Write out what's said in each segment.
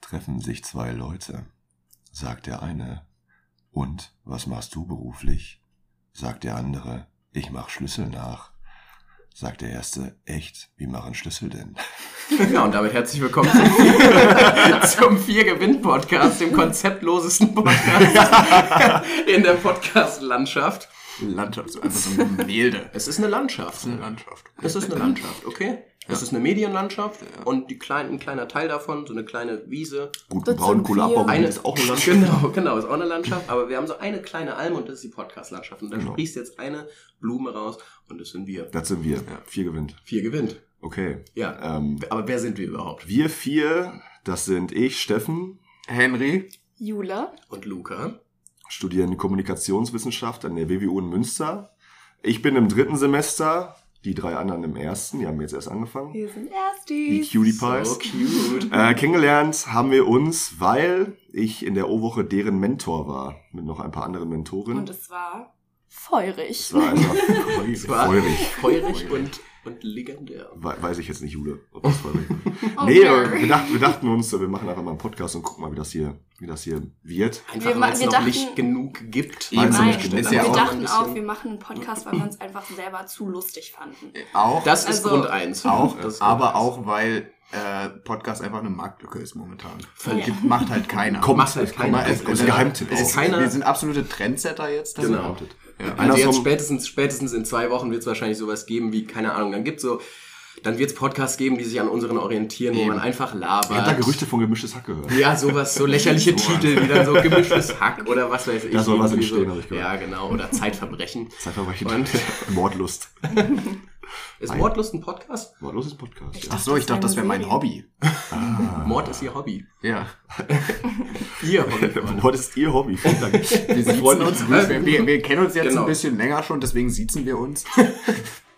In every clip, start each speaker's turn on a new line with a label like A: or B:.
A: treffen sich zwei Leute, sagt der eine, und was machst du beruflich? sagt der andere, ich mach Schlüssel nach. Sagt der erste, echt, wie machen Schlüssel denn?
B: Ja, Genau, und damit herzlich willkommen zum Vier, zum Vier Gewinn Podcast, dem konzeptlosesten Podcast in der Podcast-Landschaft.
C: Landschaft, so einfach so ein Gemälde.
B: Es ist eine Landschaft.
C: Eine Landschaft.
B: Es ist eine Landschaft, okay? Es ist eine Medienlandschaft und die klein, ein kleiner Teil davon, so eine kleine Wiese.
C: Guten
D: Das
C: Braun,
D: sind
C: coole
D: wir.
C: Abbau.
B: Eine
C: Oh, ist auch eine Landschaft.
B: Genau, genau, ist auch eine Landschaft. Aber wir haben so eine kleine Alm und das ist die Podcast-Landschaft. Und da
A: Genau.
B: sprießt jetzt eine Blume raus und das sind wir.
A: Das sind wir.
C: Ja.
A: Vier gewinnt.
B: Vier gewinnt.
A: Okay.
B: Ja.
A: Ähm,
B: Aber wer sind wir überhaupt?
A: wir vier, das sind ich, Steffen,
C: Henry.
D: Jula,
B: Und Luca?
A: studieren Kommunikationswissenschaft an der WWU in Münster. Ich bin im dritten Semester, die drei anderen im ersten, die haben jetzt erst angefangen.
D: wir sind
A: Die
D: Erstis.
A: Cutie
B: So
A: Pies.
B: Oh, cute.
A: Äh, kennengelernt haben wir uns, weil ich in der O-Woche deren Mentor war, mit noch ein paar anderen Mentoren.
D: Und es war feurig.
A: Es war einfach
B: Es war
A: feurig.
B: Feurig und, und legendär.
A: We- Weiß ich jetzt nicht, Jule, ob das feurig war.
D: Oh,
A: Nee, aber
D: Mary.
A: wir dachten, wir dachten uns, wir machen einfach mal einen Podcast und gucken mal, wie das hier, wie das hier wird.
B: Einfach
D: Wir ma-
B: weil es
D: wir
B: noch
D: dachten-
B: nicht genug gibt.
C: Eben.
A: Meinst du nicht
D: Nein,
A: genug?
C: Ist ja
D: wir
C: auch
B: ein
D: dachten
B: bisschen-
D: auch, wir machen einen Podcast, weil wir uns einfach selber zu lustig fanden.
C: Auch.
B: Das ist
D: Also-
B: Grund eins.
C: auch.
B: Das ist Grund
C: aber
B: eins.
C: auch, weil äh, Podcast einfach eine Marktlücke ist momentan.
B: Völlig.
C: Gibt- Macht halt keiner.
A: Kommt,
B: Macht halt keiner.
C: Kommt, es-
A: Ist
C: es-
A: Geheimtipp
C: Es
A: auch.
C: ist keiner. Wir sind absolute Trendsetter jetzt.
B: Genau.
C: Ja.
B: Also jetzt
A: Andersrum-
B: spätestens, spätestens in zwei Wochen wird es wahrscheinlich sowas geben wie, keine Ahnung, dann gibt so, dann wird es Podcasts geben, die sich an unseren orientieren, wo
C: Eben.
B: man einfach
A: Ich habe da
B: labert.
A: Gerüchte von gemischtes Hack gehört.
B: ja, sowas, so lächerliche
C: So.
B: Titel, wie dann so gemischtes Hack oder was weiß ich.
A: Da soll was
B: irgendwie
A: entstehen, hab ich gehört.
B: Ja, genau. Oder Zeitverbrechen.
A: Zeitverbrechen.
B: Und-
A: Mordlust.
B: Ist
A: Nein.
B: Mordlust ein Podcast?
A: Mordlust ist ein Podcast. Ja.
C: Ach so, ich dachte, das wäre mein Hobby.
B: Mord ist ihr Hobby.
C: Ja.
B: Ihr Hobby.
A: Mord ist Ihr Hobby. Vielen Dank.
C: Wir siezen
B: freuen
C: uns.
B: uns.
C: Wir, wir, wir kennen uns jetzt
B: Genau.
C: ein bisschen länger schon, deswegen siezen wir uns.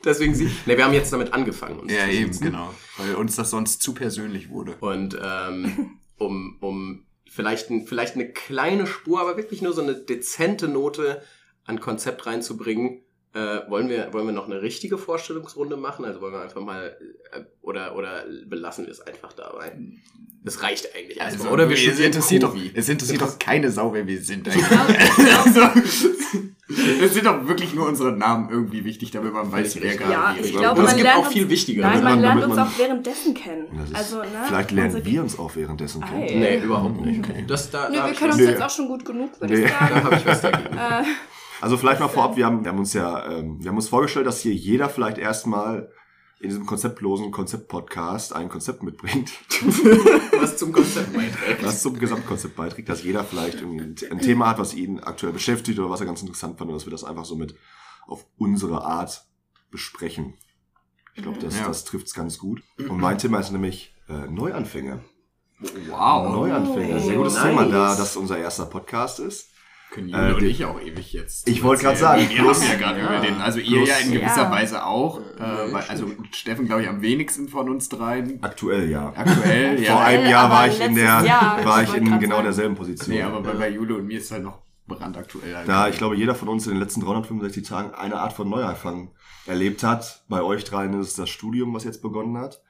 B: Deswegen sie. Ne, wir haben jetzt damit angefangen. uns
C: Ja,
B: zu
C: eben,
B: sitzen.
C: genau. Weil uns das sonst zu persönlich wurde.
B: Und ähm, um, um vielleicht, ein, vielleicht eine kleine Spur, aber wirklich nur so eine dezente Note an Konzept reinzubringen, äh, wollen, wir, wollen wir noch eine richtige Vorstellungsrunde machen? Also wollen wir einfach mal äh, oder, oder belassen wir es einfach dabei? Das reicht eigentlich. erstmal. oder Also, wir
C: Also, es
B: studieren
C: interessiert doch,
B: Kobi.
C: es interessiert doch keine Sau, wer wir sind. eigentlich.
D: Genau.
C: Also, es sind doch wirklich nur unsere Namen irgendwie wichtig, damit man weiß, wer
B: Richtig.
C: gerade
D: Ja,
C: wir
D: ich
C: sind.
B: Und
D: glaube, man
B: es gibt
D: lernt
B: auch viel
D: uns-
B: wichtiger.
D: Nein, man
A: Damit man-
D: lernt uns
A: damit man-
D: auch währenddessen kennen.
A: Das ist,
D: also, ne?
A: vielleicht lernen
D: unsere-
A: wir uns auch währenddessen kennen.
D: Ei.
B: Nee, überhaupt nicht.
A: Okay.
B: Das, da,
D: Nö,
B: da
D: wir können uns
A: Nee.
D: jetzt auch schon gut genug, würde
A: Nee.
D: ich sagen.
B: da habe ich was dagegen.
D: Äh,
A: Also vielleicht mal vorab, wir haben, wir haben uns ja, ähm, wir haben uns vorgestellt, dass hier jeder vielleicht erstmal in diesem konzeptlosen Konzept-Podcast ein Konzept mitbringt,
B: Was zum Konzept beiträgt.
A: was zum Gesamtkonzept beiträgt, dass jeder vielleicht irgendwie ein, ein Thema hat, was ihn aktuell beschäftigt oder was er ganz interessant fand und dass wir das einfach so mit auf unsere Art besprechen. Ich glaube, das,
C: Ja.
A: das trifft's ganz gut. Und mein Thema ist nämlich äh, Neuanfänge.
D: Oh.
C: Wow.
A: Neuanfänge, sehr gutes
B: Nice.
A: Thema, da das unser erster Podcast ist.
C: Können
A: Äh,
C: Jule und
A: die-
C: ich auch ewig jetzt.
A: Ich wollte gerade sagen,
C: Wir
A: bloß-
C: haben ja gerade
B: ja.
C: über den. Also ihr
A: Bloß-
C: ja in gewisser
D: Ja.
C: Weise auch.
B: Ja,
C: Äh, weil, also Steffen, glaube ich, am wenigsten von uns dreien.
A: Aktuell ja.
C: Aktuell,
A: Vor
C: ja.
D: allem-
A: einem Jahr
D: aber
A: war ich in
D: letztes
A: der,
D: Jahr,
A: war
D: ich
A: ich
D: wollte
A: in
D: grad
A: genau
D: sagen.
A: derselben Position.
C: Nee, aber bei, bei Jule und mir ist halt noch brandaktuell. Halt
A: Da ich glaube, jeder von uns in den letzten 365 Tagen eine Art von Neuanfang erlebt hat. Bei euch dreien ist es das Studium, was jetzt begonnen hat.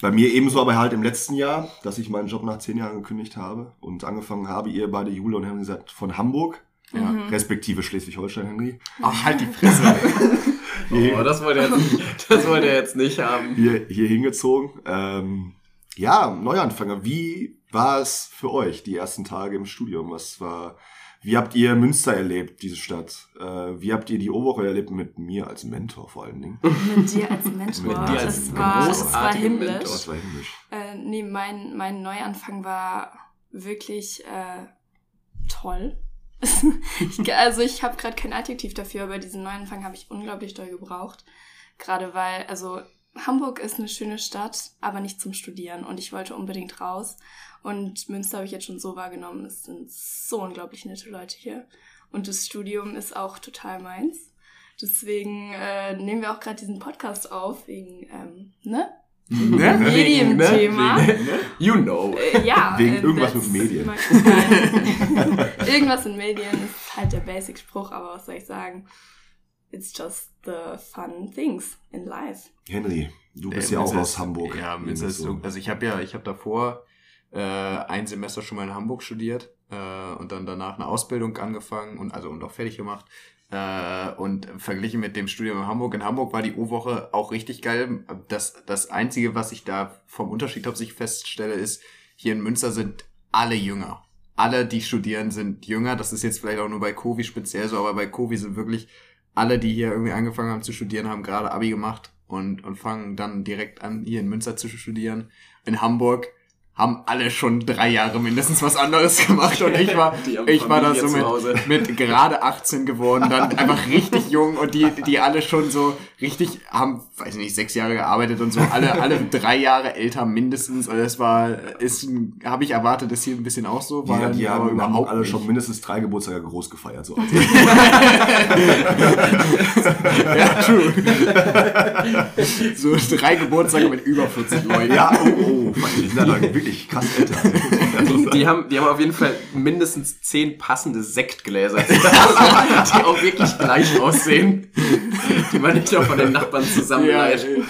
A: Bei mir ebenso, aber halt im letzten Jahr, dass ich meinen Job nach zehn Jahren gekündigt habe und angefangen habe. Ihr beide, Jule und Henry, seid von Hamburg,
C: Ja.
A: respektive Schleswig-Holstein, Henry.
C: Ach, halt die Fresse.
B: Oh, das wollte er jetzt nicht, das wollte er jetzt nicht haben.
A: Hier, hier hingezogen. Ähm, ja, Neuanfänger. Wie war es für euch, die ersten Tage im Studium? Was war, wie habt ihr Münster erlebt, diese Stadt? Äh, wie habt ihr die Oberwoche erlebt mit mir als Mentor vor allen Dingen?
D: mit dir als Mentor.
A: Mit dir als
D: das, war, das war
B: großartigen
D: himmlisch.
B: Mentor.
A: Das war himmlisch.
D: Äh, nee, mein, mein Neuanfang war wirklich äh, toll. ich, also ich habe gerade kein Adjektiv dafür, aber diesen Neuanfang habe ich unglaublich doll gebraucht. Gerade weil, also Hamburg ist eine schöne Stadt, aber nicht zum Studieren und ich wollte unbedingt raus. Und Münster habe ich jetzt schon so wahrgenommen, es sind so unglaublich nette Leute hier. Und das Studium ist auch total meins. Deswegen äh, nehmen wir auch gerade diesen Podcast auf, wegen, ähm, ne?
C: ne?
D: Medienthema.
A: ne?
B: You know.
D: Äh, ja.
A: Wegen
D: äh,
A: irgendwas
D: that's
A: mit Medien.
D: my- Nein. irgendwas mit Medien ist halt der Basic-Spruch, aber was soll ich sagen? It's just the fun things in life.
A: Henry, du bist
C: Äh,
A: ja auch
C: Münster
A: aus
C: ist-
A: Hamburg.
C: Ja,
A: Wenn das
C: Münster ist,
A: so-
C: so. also ich habe ja, ich habe davor äh, ein Semester schon mal in Hamburg studiert äh, und dann danach eine Ausbildung angefangen und also und auch fertig gemacht. Äh, und verglichen mit dem Studium in Hamburg. In Hamburg war die O-Woche auch richtig geil. Das, das Einzige, was ich da vom Unterschied hauptsächlich feststelle, ist, hier in Münster sind alle jünger. Alle, die studieren, sind jünger. Das ist jetzt vielleicht auch nur bei Kovi speziell so, aber bei Kovi sind wirklich alle, die hier irgendwie angefangen haben zu studieren, haben gerade Abi gemacht und, und fangen dann direkt an, hier in Münster zu studieren. In Hamburg haben alle schon drei Jahre mindestens was anderes gemacht und ich war,
B: Die haben
C: ich war da
B: Familie
C: so
B: zu Hause.
C: mit, mit gerade 18 geworden, dann einfach richtig jung und die, die alle schon so richtig haben, weiß nicht, sechs Jahre gearbeitet und so, alle, alle drei Jahre älter mindestens. Und das war, ist, habe ich erwartet, ist hier ein bisschen auch so,
A: Die,
C: war
A: die
C: aber
A: haben überhaupt alle
C: nicht.
A: schon mindestens drei Geburtstage groß gefeiert. So. Also,
C: Ja, true. so drei Geburtstage mit über 40 Leuten.
A: ja, oh, oh, die sind dann wirklich krass älter.
B: Die haben, die haben auf jeden Fall mindestens zehn passende Sektgläser, zu Hause, die auch wirklich gleich aussehen, die man nicht auch von den Nachbarn
C: Ja,
B: zusammenleitet.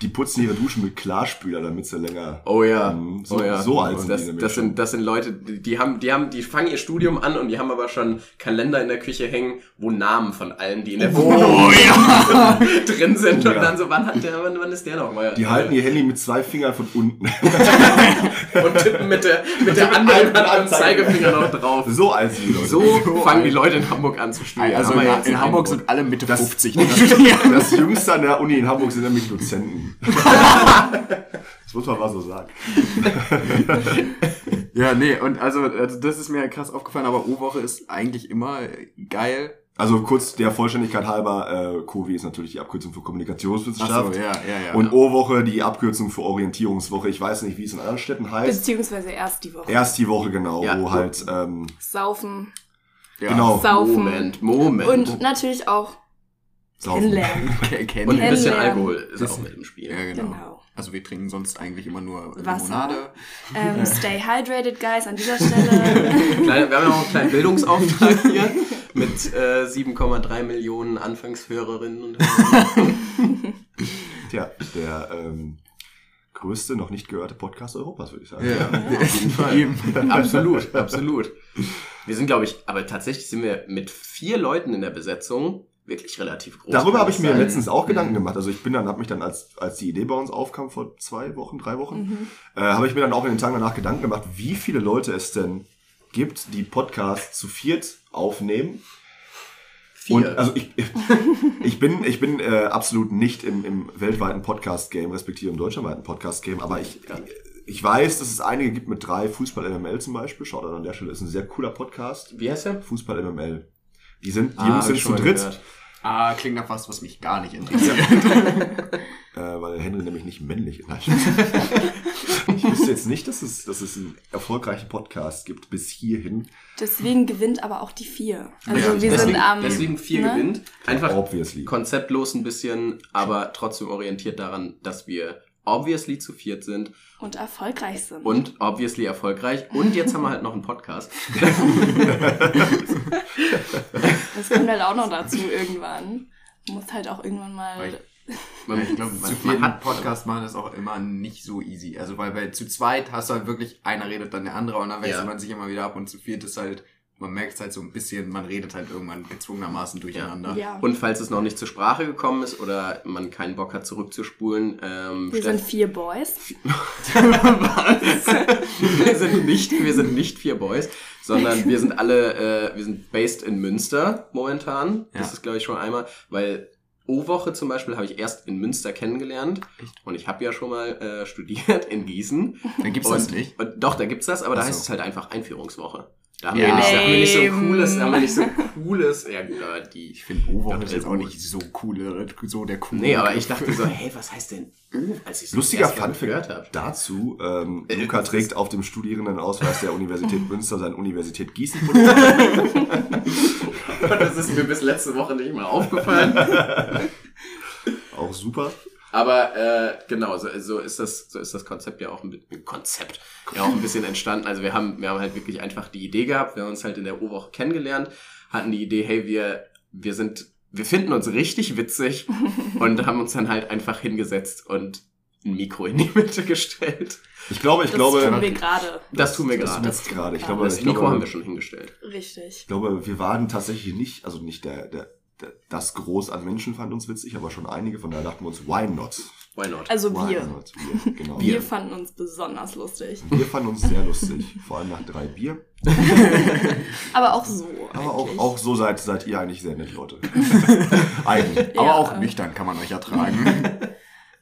A: Die putzen ihre Duschen mit Klarspüler, damit sie länger.
B: Oh ja.
A: Mhm. So-
B: oh ja.
A: so alt sind die
B: das,
A: nämlich
B: das
A: schon.
B: sind das sind Leute, die die haben die haben die fangen ihr Studium an und die haben aber schon Kalender in der Küche hängen, wo Namen von allen, die in der
C: Oh,
B: Wohnung drin sind
A: Oh
B: und
A: ja.
B: dann so wann hat der wann, wann ist der noch mal?
A: Die halten ihr Handy mit zwei Fingern von unten.
B: und tippen mit der mit der anderen Hand am Zeigefinger noch drauf.
A: So alt sind die Leute.
B: So fangen die Leute in Hamburg an zu studieren.
C: Also
B: Haben
C: in,
B: wir jetzt
C: in
B: einen
C: Hamburg
B: Eindruck.
C: sind alle Mitte
A: Das-
C: 50. die studieren.
A: Das Jüngste an der Uni in Hamburg sind nämlich Dozenten. Das muss man mal so sagen.
C: ja, nee, und also, also das ist mir krass aufgefallen, aber O-Woche ist eigentlich immer geil.
A: Also kurz der Vollständigkeit halber, äh, COVI ist natürlich die Abkürzung für Kommunikationswissenschaft.
C: Ach so, ja, ja, ja.
A: Und O-Woche die Abkürzung für Orientierungswoche. Ich weiß nicht, wie es in anderen Städten heißt.
D: Beziehungsweise erst die Woche.
A: Erst die Woche genau,
B: Ja.
A: wo halt ähm,
D: Saufen,
C: ja.
A: genau
D: saufen
B: Moment, Moment.
D: und natürlich auch
A: saufen.
D: kennenlernen.
C: Ke- kennen.
B: Und ein bisschen
D: Kennenlernen.
B: Alkohol ist auch mit im Spiel.
C: ja, genau.
D: Genau.
C: Also wir trinken sonst eigentlich immer nur
D: Wasser.
C: Limonade.
D: Ähm, stay hydrated, guys, an dieser Stelle.
B: Kleine, wir haben ja auch einen kleinen Bildungsauftrag hier mit äh, 7,3 Millionen Anfangshörerinnen und Hörern.
A: Tja, der ähm, größte noch nicht gehörte Podcast Europas, würde ich sagen.
B: auf jeden
C: Eben.
B: absolut, absolut. Wir sind, glaube ich, aber tatsächlich sind wir mit vier Leuten in der Besetzung wirklich relativ groß.
A: Darüber habe ich mir
B: Kann das sein?
A: letztens auch
B: Mhm.
A: Gedanken gemacht. Also ich bin dann, habe mich dann, als, als die Idee bei uns aufkam vor zwei Wochen, drei Wochen,
D: Mhm.
A: äh, habe ich mir dann auch in den Tagen danach Gedanken gemacht, wie viele Leute es denn gibt, die Podcasts zu viert aufnehmen.
B: Vier.
A: Und also ich, ich bin, ich bin äh, absolut nicht im, im weltweiten Podcast-Game, respektive im deutschlandweiten Podcast-Game, aber ich, ich weiß, dass es einige gibt mit drei, Fußball MML zum Beispiel. Schaut an der Stelle, ist ein sehr cooler Podcast.
B: Wie heißt der?
A: Fußball MML. Die sind, die
B: Ah, hab
A: Jungs sind
B: ich
A: zu
B: schon mal
A: dritt.
B: gehört.
C: Ah, klingt nach was, was mich gar nicht interessiert.
A: Äh, weil Henry nämlich nicht männlich ist. ich wüsste jetzt nicht, dass es, dass es einen erfolgreichen Podcast gibt bis hierhin.
D: Deswegen gewinnt aber auch die vier. Also
C: Ja,
D: wir
B: deswegen,
D: sind am.
B: deswegen vier
D: ne?
B: gewinnt. Einfach
A: Obviously.
B: konzeptlos ein bisschen, aber trotzdem orientiert daran, dass wir obviously zu viert sind
D: Und erfolgreich sind.
B: und obviously erfolgreich. Und jetzt haben wir halt noch einen Podcast.
D: Das kommt halt auch noch dazu irgendwann. Muss halt auch irgendwann mal.
C: Weil- Ja, ich glaube, zu viel Podcast machen ist auch immer nicht so easy. Also weil bei zu zweit hast du halt wirklich, einer redet dann der andere und dann wechselt
B: Ja.
C: man sich immer wieder ab und zu viert ist halt, man merkt es halt so ein bisschen, man redet halt irgendwann gezwungenermaßen durcheinander.
D: Ja,
B: Und falls es noch nicht zur Sprache gekommen ist oder man keinen Bock hat zurückzuspulen, ähm,
D: wir sind
B: Steff-
D: vier Boys.
B: wir sind nicht, wir sind nicht vier Boys, sondern wir sind alle, äh, wir sind based in Münster momentan. Das
C: Ja.
B: ist glaube ich schon einmal, weil O-Woche zum Beispiel habe ich erst in Münster kennengelernt und ich habe ja schon mal äh, studiert in Gießen.
C: Dann gibt's
B: und,
C: das nicht.
B: Und, doch, da gibt's das, aber da
C: Ach so.
B: heißt es halt einfach Einführungswoche. Da haben,
C: Ja.
B: wir nicht, da haben wir nicht so ein
D: Lame.
B: cooles, da haben wir nicht so ein cooles, ja gut, aber die
C: Ich finde O-Woche
B: Doch,
C: ist jetzt auch
B: gut.
C: nicht so cool, so der cool.
B: Nee, aber ich dachte so, hey, was heißt denn U, als ich so
A: Lustiger
B: das erste Mal
A: Funfact
B: gehört Äh, habe?
A: Dazu, ähm, Luca trägt auf dem Studierendenausweis der Universität Münster sein Universität Gießen.
B: Das ist mir bis letzte Woche nicht mal aufgefallen.
A: auch super.
B: Aber äh, genau, so, so ist das, so ist das Konzept ja auch ein bi- Konzept ja auch ein bisschen entstanden. Also wir haben, wir haben halt wirklich einfach die Idee gehabt, wir haben uns halt in der O-Woche kennengelernt, hatten die Idee, hey, wir, wir sind, wir finden uns richtig witzig und haben uns dann halt einfach hingesetzt und ein Mikro in die Mitte gestellt.
A: Ich glaube, ich
D: das
A: glaube,
D: tun wir gerade.
B: Das tun wir
A: das
B: gerade.
A: tun wir jetzt gerade. Ich
D: Ja,
A: glaube,
B: Das
A: ich
B: Mikro
A: glaube,
B: haben wir schon hingestellt.
D: Richtig.
A: Ich glaube, wir waren tatsächlich nicht, also nicht der, der, der das Groß an Menschen fand uns witzig, aber schon einige, von daher dachten wir uns, why not?
B: Why not?
D: Also
A: Why
D: wir.
A: not? Wir, genau.
D: Wir
A: wir.
D: fanden uns besonders lustig.
A: wir fanden uns sehr lustig, vor allem nach drei Bier.
D: Aber auch so.
A: Aber auch,
D: eigentlich.
A: auch so seid, seid ihr eigentlich sehr nett, Leute. Eigentlich.
D: Ja,
C: Aber auch
D: äh,
C: nüchtern kann man euch ertragen.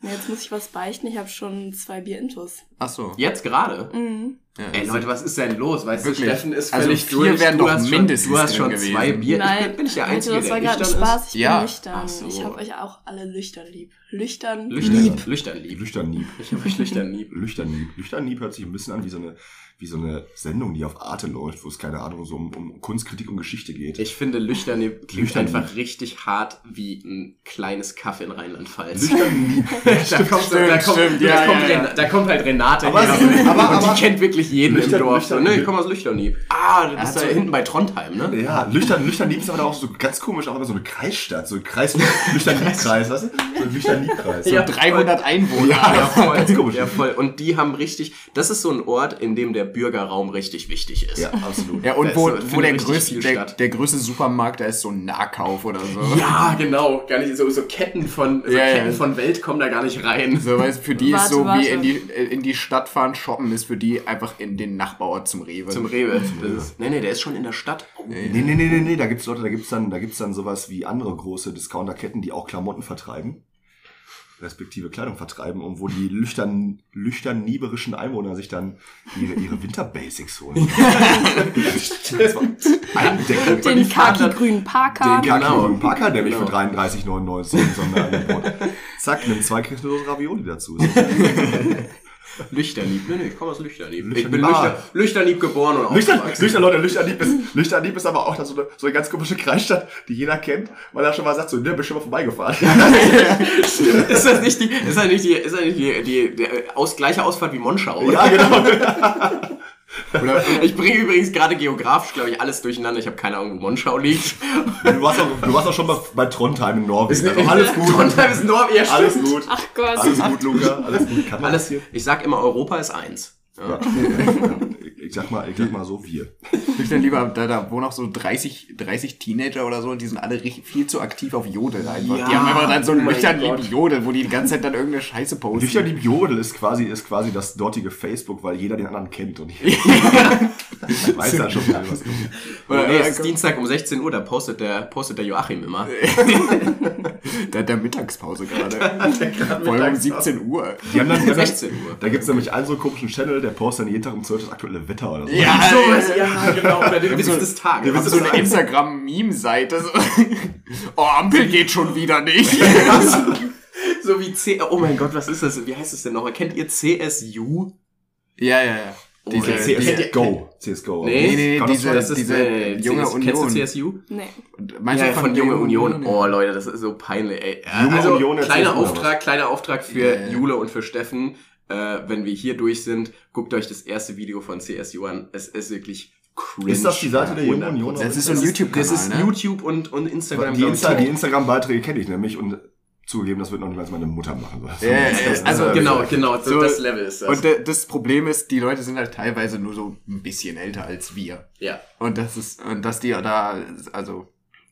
D: Na, Jetzt muss ich was beichten. Ich habe schon zwei Bier-Intus.
C: Ach so.
B: Jetzt gerade?
D: Mhm.
C: Ja,
B: Ey Leute, was ist denn los? Weißt
C: Wirklich.
B: du, Steffen ist
C: Also
B: völlig
C: vier
B: durch.
C: wären
B: du
C: doch
B: hast
C: mindestens
B: schon, du hast
C: drin
B: schon
C: gewesen.
B: zwei Bier. ich
D: Nein,
B: bin, bin ich der
D: Leute,
B: Einzige,
D: das
B: der
D: war gerade ein
B: nüchtern
D: Spaß. Ich bin
C: Ja.
D: nüchtern.
B: Ach so.
D: Ich habe euch auch alle lüchtern lieb. Lüchtern,
B: ist? Lüchtern,
D: lieb.
B: Lüchtern lieb.
A: Lüchtern Nieb.
B: Ich habe euch Lüchtern lieb.
A: Lüchtern Nieb. Lüchtern Nieb hört sich ein bisschen an wie so eine, wie so eine Sendung, die auf Arte läuft, wo es keine Ahnung, so um, um Kunstkritik und Geschichte geht.
B: Ich finde Lüchtern lieb klingt
A: Lüchtern
B: einfach richtig hart wie ein kleines Kaff in Rheinland-Pfalz.
A: Lüchtern Nieb.
B: da kommt, da
C: Stimmt,
B: kommt,
C: stimmt,
B: da,
C: ja,
B: kommt
C: ja, ja.
B: Ren- da kommt halt Renate
A: Aber-
B: her und,
A: aber-
B: und die
A: aber-
B: kennt wirklich jeden
A: Lüchtern-
B: im Dorf. So,
A: Lüchtern-
B: ne, ich komme aus Lüchternhieb. Ah, das ist
A: hat
B: da
A: so-
B: hinten bei Trondheim, ne?
A: Ja, Lüchtern, Lüchtern Nieb ist aber auch so ganz komisch, aber so eine Kreisstadt, so ein Kreis, Lüchtern Niebkreis, weißt du? So ein Lüchtern Niebkreis.
B: Ja.
A: So,
C: 300 Einwohner.
B: Ja,
A: Ganz
B: voll.
A: komisch.
B: ja, voll. Und die haben richtig, das ist so ein Ort, in dem der Bürgerraum richtig wichtig ist.
A: ja, absolut.
C: Ja, und
B: Das
C: wo,
B: ist so-
C: wo der,
B: finde ich
C: größte,
B: viel
C: der,
B: statt.
C: der größte Supermarkt, da ist so ein Nahkauf oder so.
B: Ja, genau. Gar nicht so, so Ketten von so
C: Ja, ja.
B: Ketten von Welt kommen da gar nicht rein.
C: So, weißt, du, für die ist
D: Warte,
C: so wie
D: warte.
C: in die, äh, in die Stadt fahren, shoppen ist für die einfach in den Nachbarort zum Rewe.
B: Äh, Zum Rewe. Das ist, nee, nee, der ist schon in der Stadt. Oh,
A: Nee, nee, nee, nee, nee, da gibt's Leute, da gibt's dann, da gibt's dann sowas wie andere große Discounterketten, die auch Klamotten vertreiben. Respektive Kleidung vertreiben und wo die lüchtern, lüchtern nieberischen Einwohner sich dann ihre, ihre Winterbasics holen. das war Eindeckung.
B: die
D: Den
B: fahren dann-
D: khaki-grünen
A: Den
D: Parker.
A: genau.
B: Genau.
A: Packer, nämlich
B: Genau.
A: für 33,99 im Sonderangebot. Zack, nimm zwei Kirschnussdose Ravioli dazu.
B: Lüchternieb. Nee, nee, ich komme aus Lüchternieb. Ich
A: Lüchternieb.
B: bin
A: Ah.
B: Lüchter, Lüchternieb geboren und
A: Lüchtern,
B: aufgewachsen.
A: Lüchtern, Leute, Lüchternlieb ist, Lüchternlieb ist aber auch so eine, so eine ganz komische Kreisstadt, die jeder kennt, weil er schon mal sagt, so, ne, bist schon mal vorbeigefahren.
B: ist das nicht die, ist das nicht die, ist das nicht die, die, der aus, gleiche Ausfahrt wie Monschau? oder?
A: ja, genau.
B: genau.
C: Oder,
B: Ich bringe übrigens gerade geografisch, glaube ich, alles durcheinander. Ich habe keine Ahnung, wo Monschau liegt.
A: Du warst auch, du warst auch schon mal bei Trondheim in Norwegen. Also, alles gut.
B: Trondheim ist Norm, ja, stimmt.
A: Alles gut.
D: Ach Gott.
A: Alles
B: Also-
A: gut, Luca. Alles gut. Kann man
B: Alles,
A: hier?
B: ich sag immer, Europa ist eins.
A: Ja. Ich- Ich sag mal, ich sag mal so wir.
C: ich dann lieber, da, da wohnen auch so 30, 30 Teenager oder so und die sind alle richtig, viel zu aktiv auf Jodel einfach.
B: Ja.
C: Die haben einfach dann so
B: Oh
C: einen
B: mein
C: nüchtern
B: Gott.
C: lieben Jodel, wo die die ganze Zeit dann irgendeine Scheiße posten.
A: Lüchternlieb Jodel ist quasi, ist quasi das dortige Facebook, weil jeder den anderen kennt und jeder weiß dann schon, wieder, was kommt.
C: Oder, äh,
B: nee,
C: oder-
B: es ist Dienstag um 16 Uhr, da postet der, postet der Joachim immer.
C: der hat der Mittagspause gerade. Vor allem um 17 Uhr.
A: Die haben dann, die haben dann
B: 16 Uhr.
A: Da gibt's nämlich einen so komischen Channel, der postet dann jeden Tag um 12 das aktuelle Wetter oder so.
C: Ja,
B: So was, ja, genau. Oder den Witz des Tages.
A: den
C: Wir haben
A: Witz
C: so eine Instagram-Meme-Seite. So. Oh, Ampel geht schon wieder nicht. Ja,
B: So wie C. Oh mein Gott, was ist das? Wie heißt das denn nochmal? Kennt ihr CSU?
C: ja, ja. Diese,
B: Oh,
C: diese,
B: CS.
A: CSGO. CSGO.
B: Nee,
C: nee, nee,
A: Counter-
C: diese-
B: das äh, ist
C: diese Junge
B: CS Kennst du
C: Union.
B: CSU?
D: Nee.
C: meinst
B: ja,
C: du
B: von, Junge Union.
C: Ja.
B: Oh Leute, das ist so peinlich. Ey.
A: Junge
B: also,
A: Union erzählt
B: kleiner
A: mir was.
B: Auftrag, kleiner Auftrag für
C: Yeah.
B: Jule und für Steffen. Äh, wenn wir hier durch sind, guckt euch das erste Video von CSU an. Es ist wirklich cringe.
A: Ist das die Seite der Jungen
B: 100%.
A: Union? auf
C: Das ist so ein
A: Instagram?
C: YouTube-Kanal,
B: Das ist
C: ne?
B: YouTube und, und Instagram.
A: Die,
B: glaub ich,
A: Insta
B: auch.
A: die Instagram-Beiträge kenne ich nämlich und zugegeben, das wird noch nicht mal meine Mutter machen. Das-
C: Ja, ja, ja,
A: das-
C: also
A: das-
B: Genau, genau. So,
C: So-
B: das Level ist das.
C: Und äh, das Problem ist, die Leute sind halt teilweise nur so ein bisschen älter als wir.
B: ja.
C: Und das ist, und dass die da, also,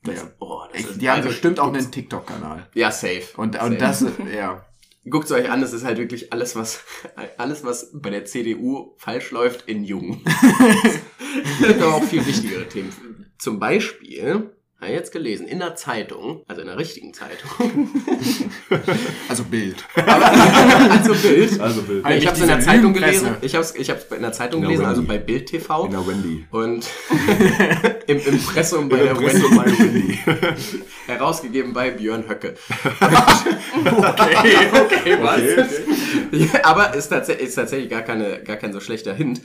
C: ja.
B: Oh, das
C: Ich,
B: ist-
C: die haben
B: also,
C: bestimmt auch
B: guckt's-
C: einen TikTok-Kanal.
B: Ja, safe.
C: Und,
B: safe.
C: und das, ja.
B: Guckt's euch an, es ist halt wirklich alles, was, alles, was bei der CDU falsch läuft, in Jung. es gibt aber auch viel wichtigere Themen. Zum Beispiel, habe ich jetzt gelesen, in der Zeitung, also in der richtigen Zeitung,
C: Also Bild.
B: also Bild.
A: Also Bild.
B: ich
C: Eigentlich
B: habe es in der
C: diese
B: Zeitung
C: Lügenpresse.
B: gelesen. Ich habe es ich hab's in der Zeitung
A: In der
B: gelesen, also
A: Wendy.
B: bei Bild TV
A: In der Wendy.
B: und im Impressum bei
A: In
B: der
A: Presse
B: Wendy,
A: bei der Wendy.
B: herausgegeben bei Björn Höcke.
C: Okay.
B: Okay,
A: Okay,
B: Ja, aber ist, tats ist tatsächlich gar, keine, gar kein so schlechter Hint.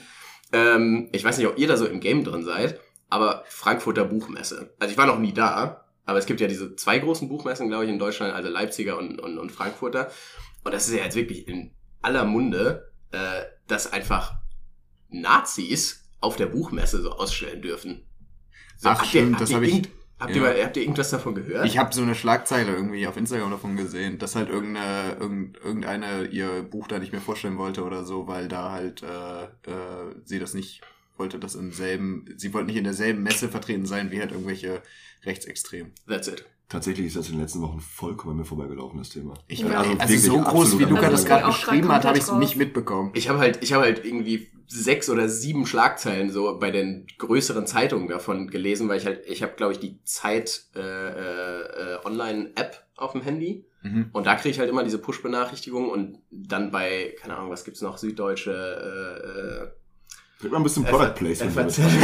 B: Ähm, ich weiß nicht, ob ihr da so im Game drin seid, aber Frankfurter Buchmesse. Also ich war noch nie da, aber es gibt ja diese zwei großen Buchmessen, glaube ich, in Deutschland, also Leipziger und, und, und Frankfurter. Und das ist ja jetzt wirklich in aller Munde, äh, dass einfach Nazis auf der Buchmesse so ausstellen dürfen. So,
C: Ach,
B: habt ihr-
C: stimmt,
B: habt
C: das
B: ihr
C: habe ich,
B: irgend- Habt, ihr
C: Ja.
B: mal, habt ihr irgendwas davon gehört?
C: Ich habe so eine Schlagzeile irgendwie auf Instagram davon gesehen, dass halt irgendeine, irgend- irgendeine ihr Buch da nicht mehr vorstellen wollte oder so, weil da halt äh, äh, sie das nicht wollte, dass im selben, sie wollten nicht in derselben Messe vertreten sein wie halt irgendwelche Rechtsextremen.
B: That's it.
A: Tatsächlich ist das in den letzten Wochen vollkommen an mir vorbeigelaufen, das Thema.
C: Ich,
D: Ja.
C: also, also
A: wirklich
C: so groß
A: absolut
C: wie
A: an mir
C: Luca das gerade
A: vorbeigelaufen.
D: Ich bin auch
C: beschrieben hat,
D: grad
C: habe ich es
D: komplett
C: nicht mitbekommen.
B: Ich habe halt, ich habe halt irgendwie sechs oder sieben Schlagzeilen so bei den größeren Zeitungen davon gelesen, weil ich halt, ich habe, glaube ich, die Zeit äh, äh, äh, Online-App auf dem Handy.
C: Mhm.
B: Und da kriege ich halt immer diese Push-Benachrichtigungen und dann bei, keine Ahnung, was gibt's noch, äh, Süddeutsche,
A: Kriegt man ein bisschen
B: äh, äh,
A: Product Placement.
B: FAZ.
A: damit.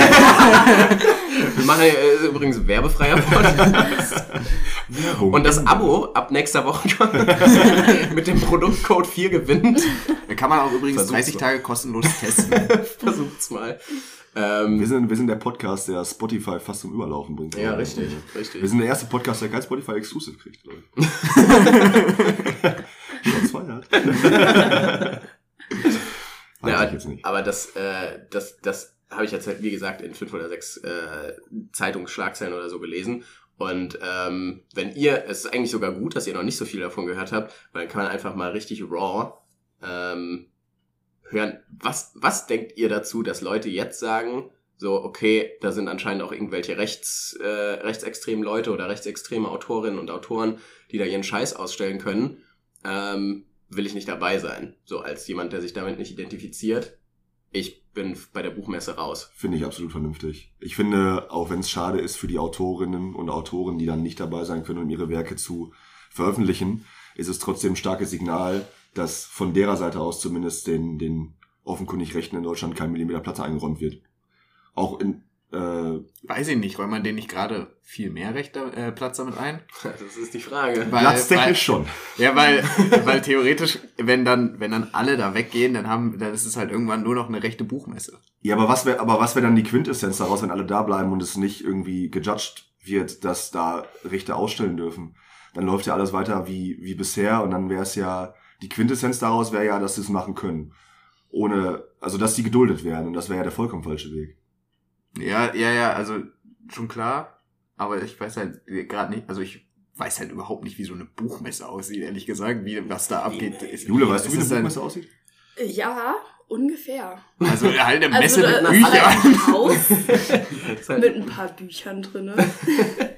B: Wir machen äh, übrigens werbefreier Podcast.
A: Oh,
B: Und das Abo ab nächster Woche mit dem Produktcode 4 gewinnt.
C: Da kann man auch übrigens
B: Versuch's
C: 30
B: mal.
C: Tage kostenlos testen.
B: Versucht's mal. Ähm,
A: Wir sind, wir sind der Podcast, der Spotify fast zum Überlaufen bringt.
B: ja, richtig, richtig.
A: Wir sind der erste Podcast, der kein Spotify Exclusive kriegt, glaube ich. Schon zwei hat. Weiß
B: Ja,
A: ich jetzt nicht.
B: Aber das, äh, das, das habe ich jetzt halt, wie gesagt, in fünf oder sechs äh, Zeitungsschlagzeilen oder so gelesen. Und ähm, wenn ihr, es ist eigentlich sogar gut, dass ihr noch nicht so viel davon gehört habt, weil dann kann man einfach mal richtig raw ähm, hören. Was, was denkt ihr dazu, dass Leute jetzt sagen, so, okay, da sind anscheinend auch irgendwelche rechts, äh, rechtsextremen Leute oder rechtsextreme Autorinnen und Autoren, die da ihren Scheiß ausstellen können. Ähm, will ich nicht dabei sein. So als jemand, der sich damit nicht identifiziert. Ich bin bei der Buchmesse raus.
A: Finde ich absolut vernünftig. Ich finde, auch wenn es schade ist für die Autorinnen und Autoren, die dann nicht dabei sein können, um ihre Werke zu veröffentlichen, ist es trotzdem ein starkes Signal, dass von derer Seite aus zumindest den, den offenkundig Rechten in Deutschland kein Millimeter Platz eingeräumt wird. Auch in, äh,
C: Weiß ich nicht, räumt man denen nicht gerade viel mehr Recht, äh, Platz damit ein?
B: Das ist die Frage.
C: Weil-
A: platztechnisch schon.
C: Ja, weil, weil theoretisch, wenn dann, wenn dann alle da weggehen, dann haben, dann ist es halt irgendwann nur noch eine rechte Buchmesse.
A: Ja, aber was wäre aber was wär dann die Quintessenz daraus, wenn alle da bleiben und es nicht irgendwie gejudged wird, dass da Richter ausstellen dürfen? Dann läuft ja alles weiter wie, wie bisher und dann wäre es ja, die Quintessenz daraus wäre ja, dass sie es machen können. Ohne, also dass die geduldet werden und das wäre ja der vollkommen falsche Weg.
C: Ja, ja, ja, also schon klar, aber ich weiß halt gerade nicht, also ich weiß halt überhaupt nicht, wie so eine Buchmesse aussieht, ehrlich gesagt, wie was da abgeht. Ist-
A: Jule, weißt du, wie
C: ist
A: eine
C: es dann-
A: Buchmesse aussieht?
D: Ja, ungefähr.
C: Also halt eine Messe
D: Also da-
C: mit
D: alle
C: Büchern.
D: im Haus
B: Das ist halt-
A: Äh,
D: mit ein paar Büchern drinne.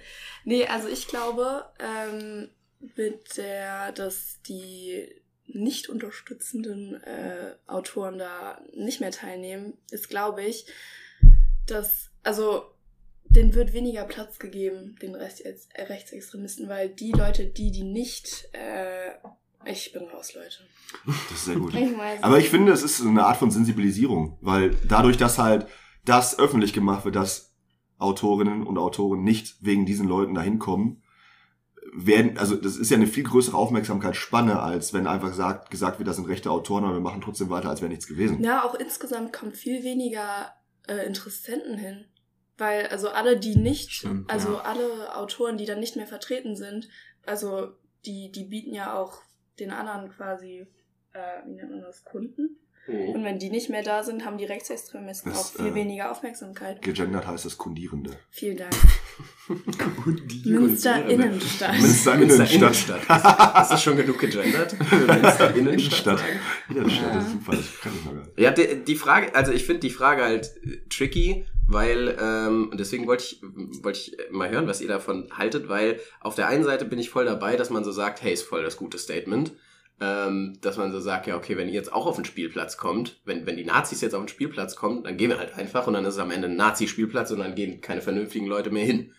D: nee, also ich glaube, ähm, mit der, dass die nicht unterstützenden äh, Autoren da nicht mehr teilnehmen, ist, glaube ich, dass, also, denen wird weniger Platz gegeben, den Rest jetzt, äh, Rechtsextremisten, weil die Leute, die, die nicht, äh, ich bin raus, Leute.
A: Das ist sehr gut.
D: Ich weiß
A: Aber ich finde, es ist eine Art von Sensibilisierung, weil dadurch, dass halt das öffentlich gemacht wird, dass Autorinnen und Autoren nicht wegen diesen Leuten dahin kommen, werden, also das ist ja eine viel größere Aufmerksamkeitsspanne, als wenn einfach gesagt, gesagt wird, das sind rechte Autoren, aber wir machen trotzdem weiter, als wäre nichts gewesen.
D: Ja, auch insgesamt kommen viel weniger äh, Interessenten hin. Weil also alle, die nicht,
C: Stimmt,
D: also
C: ja.
D: alle Autoren, die dann nicht mehr vertreten sind, also die, die bieten ja auch den anderen quasi, äh, wie nennt man das, Kunden.
B: Oh.
D: Und wenn die nicht mehr da sind, haben die Rechtsextremisten
A: Das,
D: auch viel
A: äh,
D: weniger Aufmerksamkeit.
A: Gegendert heißt das Kundierende.
D: Vielen Dank.
B: Die
D: Münster
B: Kultur, ne?
D: Innenstadt.
A: Münster
B: Münster
A: Innenstadt.
B: Innenstadt. Ist, ist das schon genug gegendert? Münster
A: Innenstadt.
B: Innenstadt. sagen?
A: Innenstadt, das ist super, das kann ich noch gar nicht.
B: Ja, die, die Frage, also ich finde die Frage halt äh, tricky, weil, ähm, und deswegen wollte ich, wollte ich äh, mal hören, was ihr davon haltet, weil auf der einen Seite bin ich voll dabei, dass man so sagt, hey, ist voll das gute Statement. Ähm, dass man so sagt, ja, okay, wenn ihr jetzt auch auf den Spielplatz kommt, wenn, wenn die Nazis jetzt auf den Spielplatz kommen, dann gehen wir halt einfach und dann ist es am Ende ein Nazi-Spielplatz und dann gehen keine vernünftigen Leute mehr hin.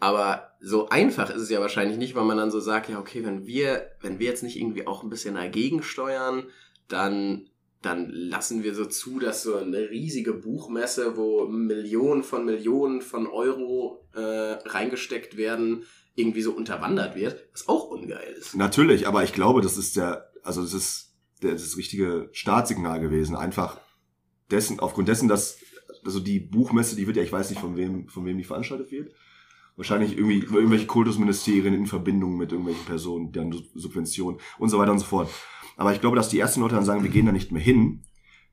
B: Aber so einfach ist es ja wahrscheinlich nicht, weil man dann so sagt, ja, okay, wenn wir, wenn wir jetzt nicht irgendwie auch ein bisschen dagegen steuern, dann, dann lassen wir so zu, dass so eine riesige Buchmesse, wo Millionen von Millionen von Euro äh, reingesteckt werden, irgendwie so unterwandert wird, was auch ungeil ist.
A: Natürlich, aber ich glaube, das ist der, also das ist der, das richtige Startsignal gewesen. Einfach dessen, aufgrund dessen, dass, also die Buchmesse, die wird ja, ich weiß nicht, von wem, von wem die veranstaltet wird. Wahrscheinlich irgendwie über irgendwelche Kultusministerien in Verbindung mit irgendwelchen Personen, dann Sub- Subventionen und so weiter und so fort. Aber ich glaube, dass die ersten Leute dann sagen, wir gehen da nicht mehr hin,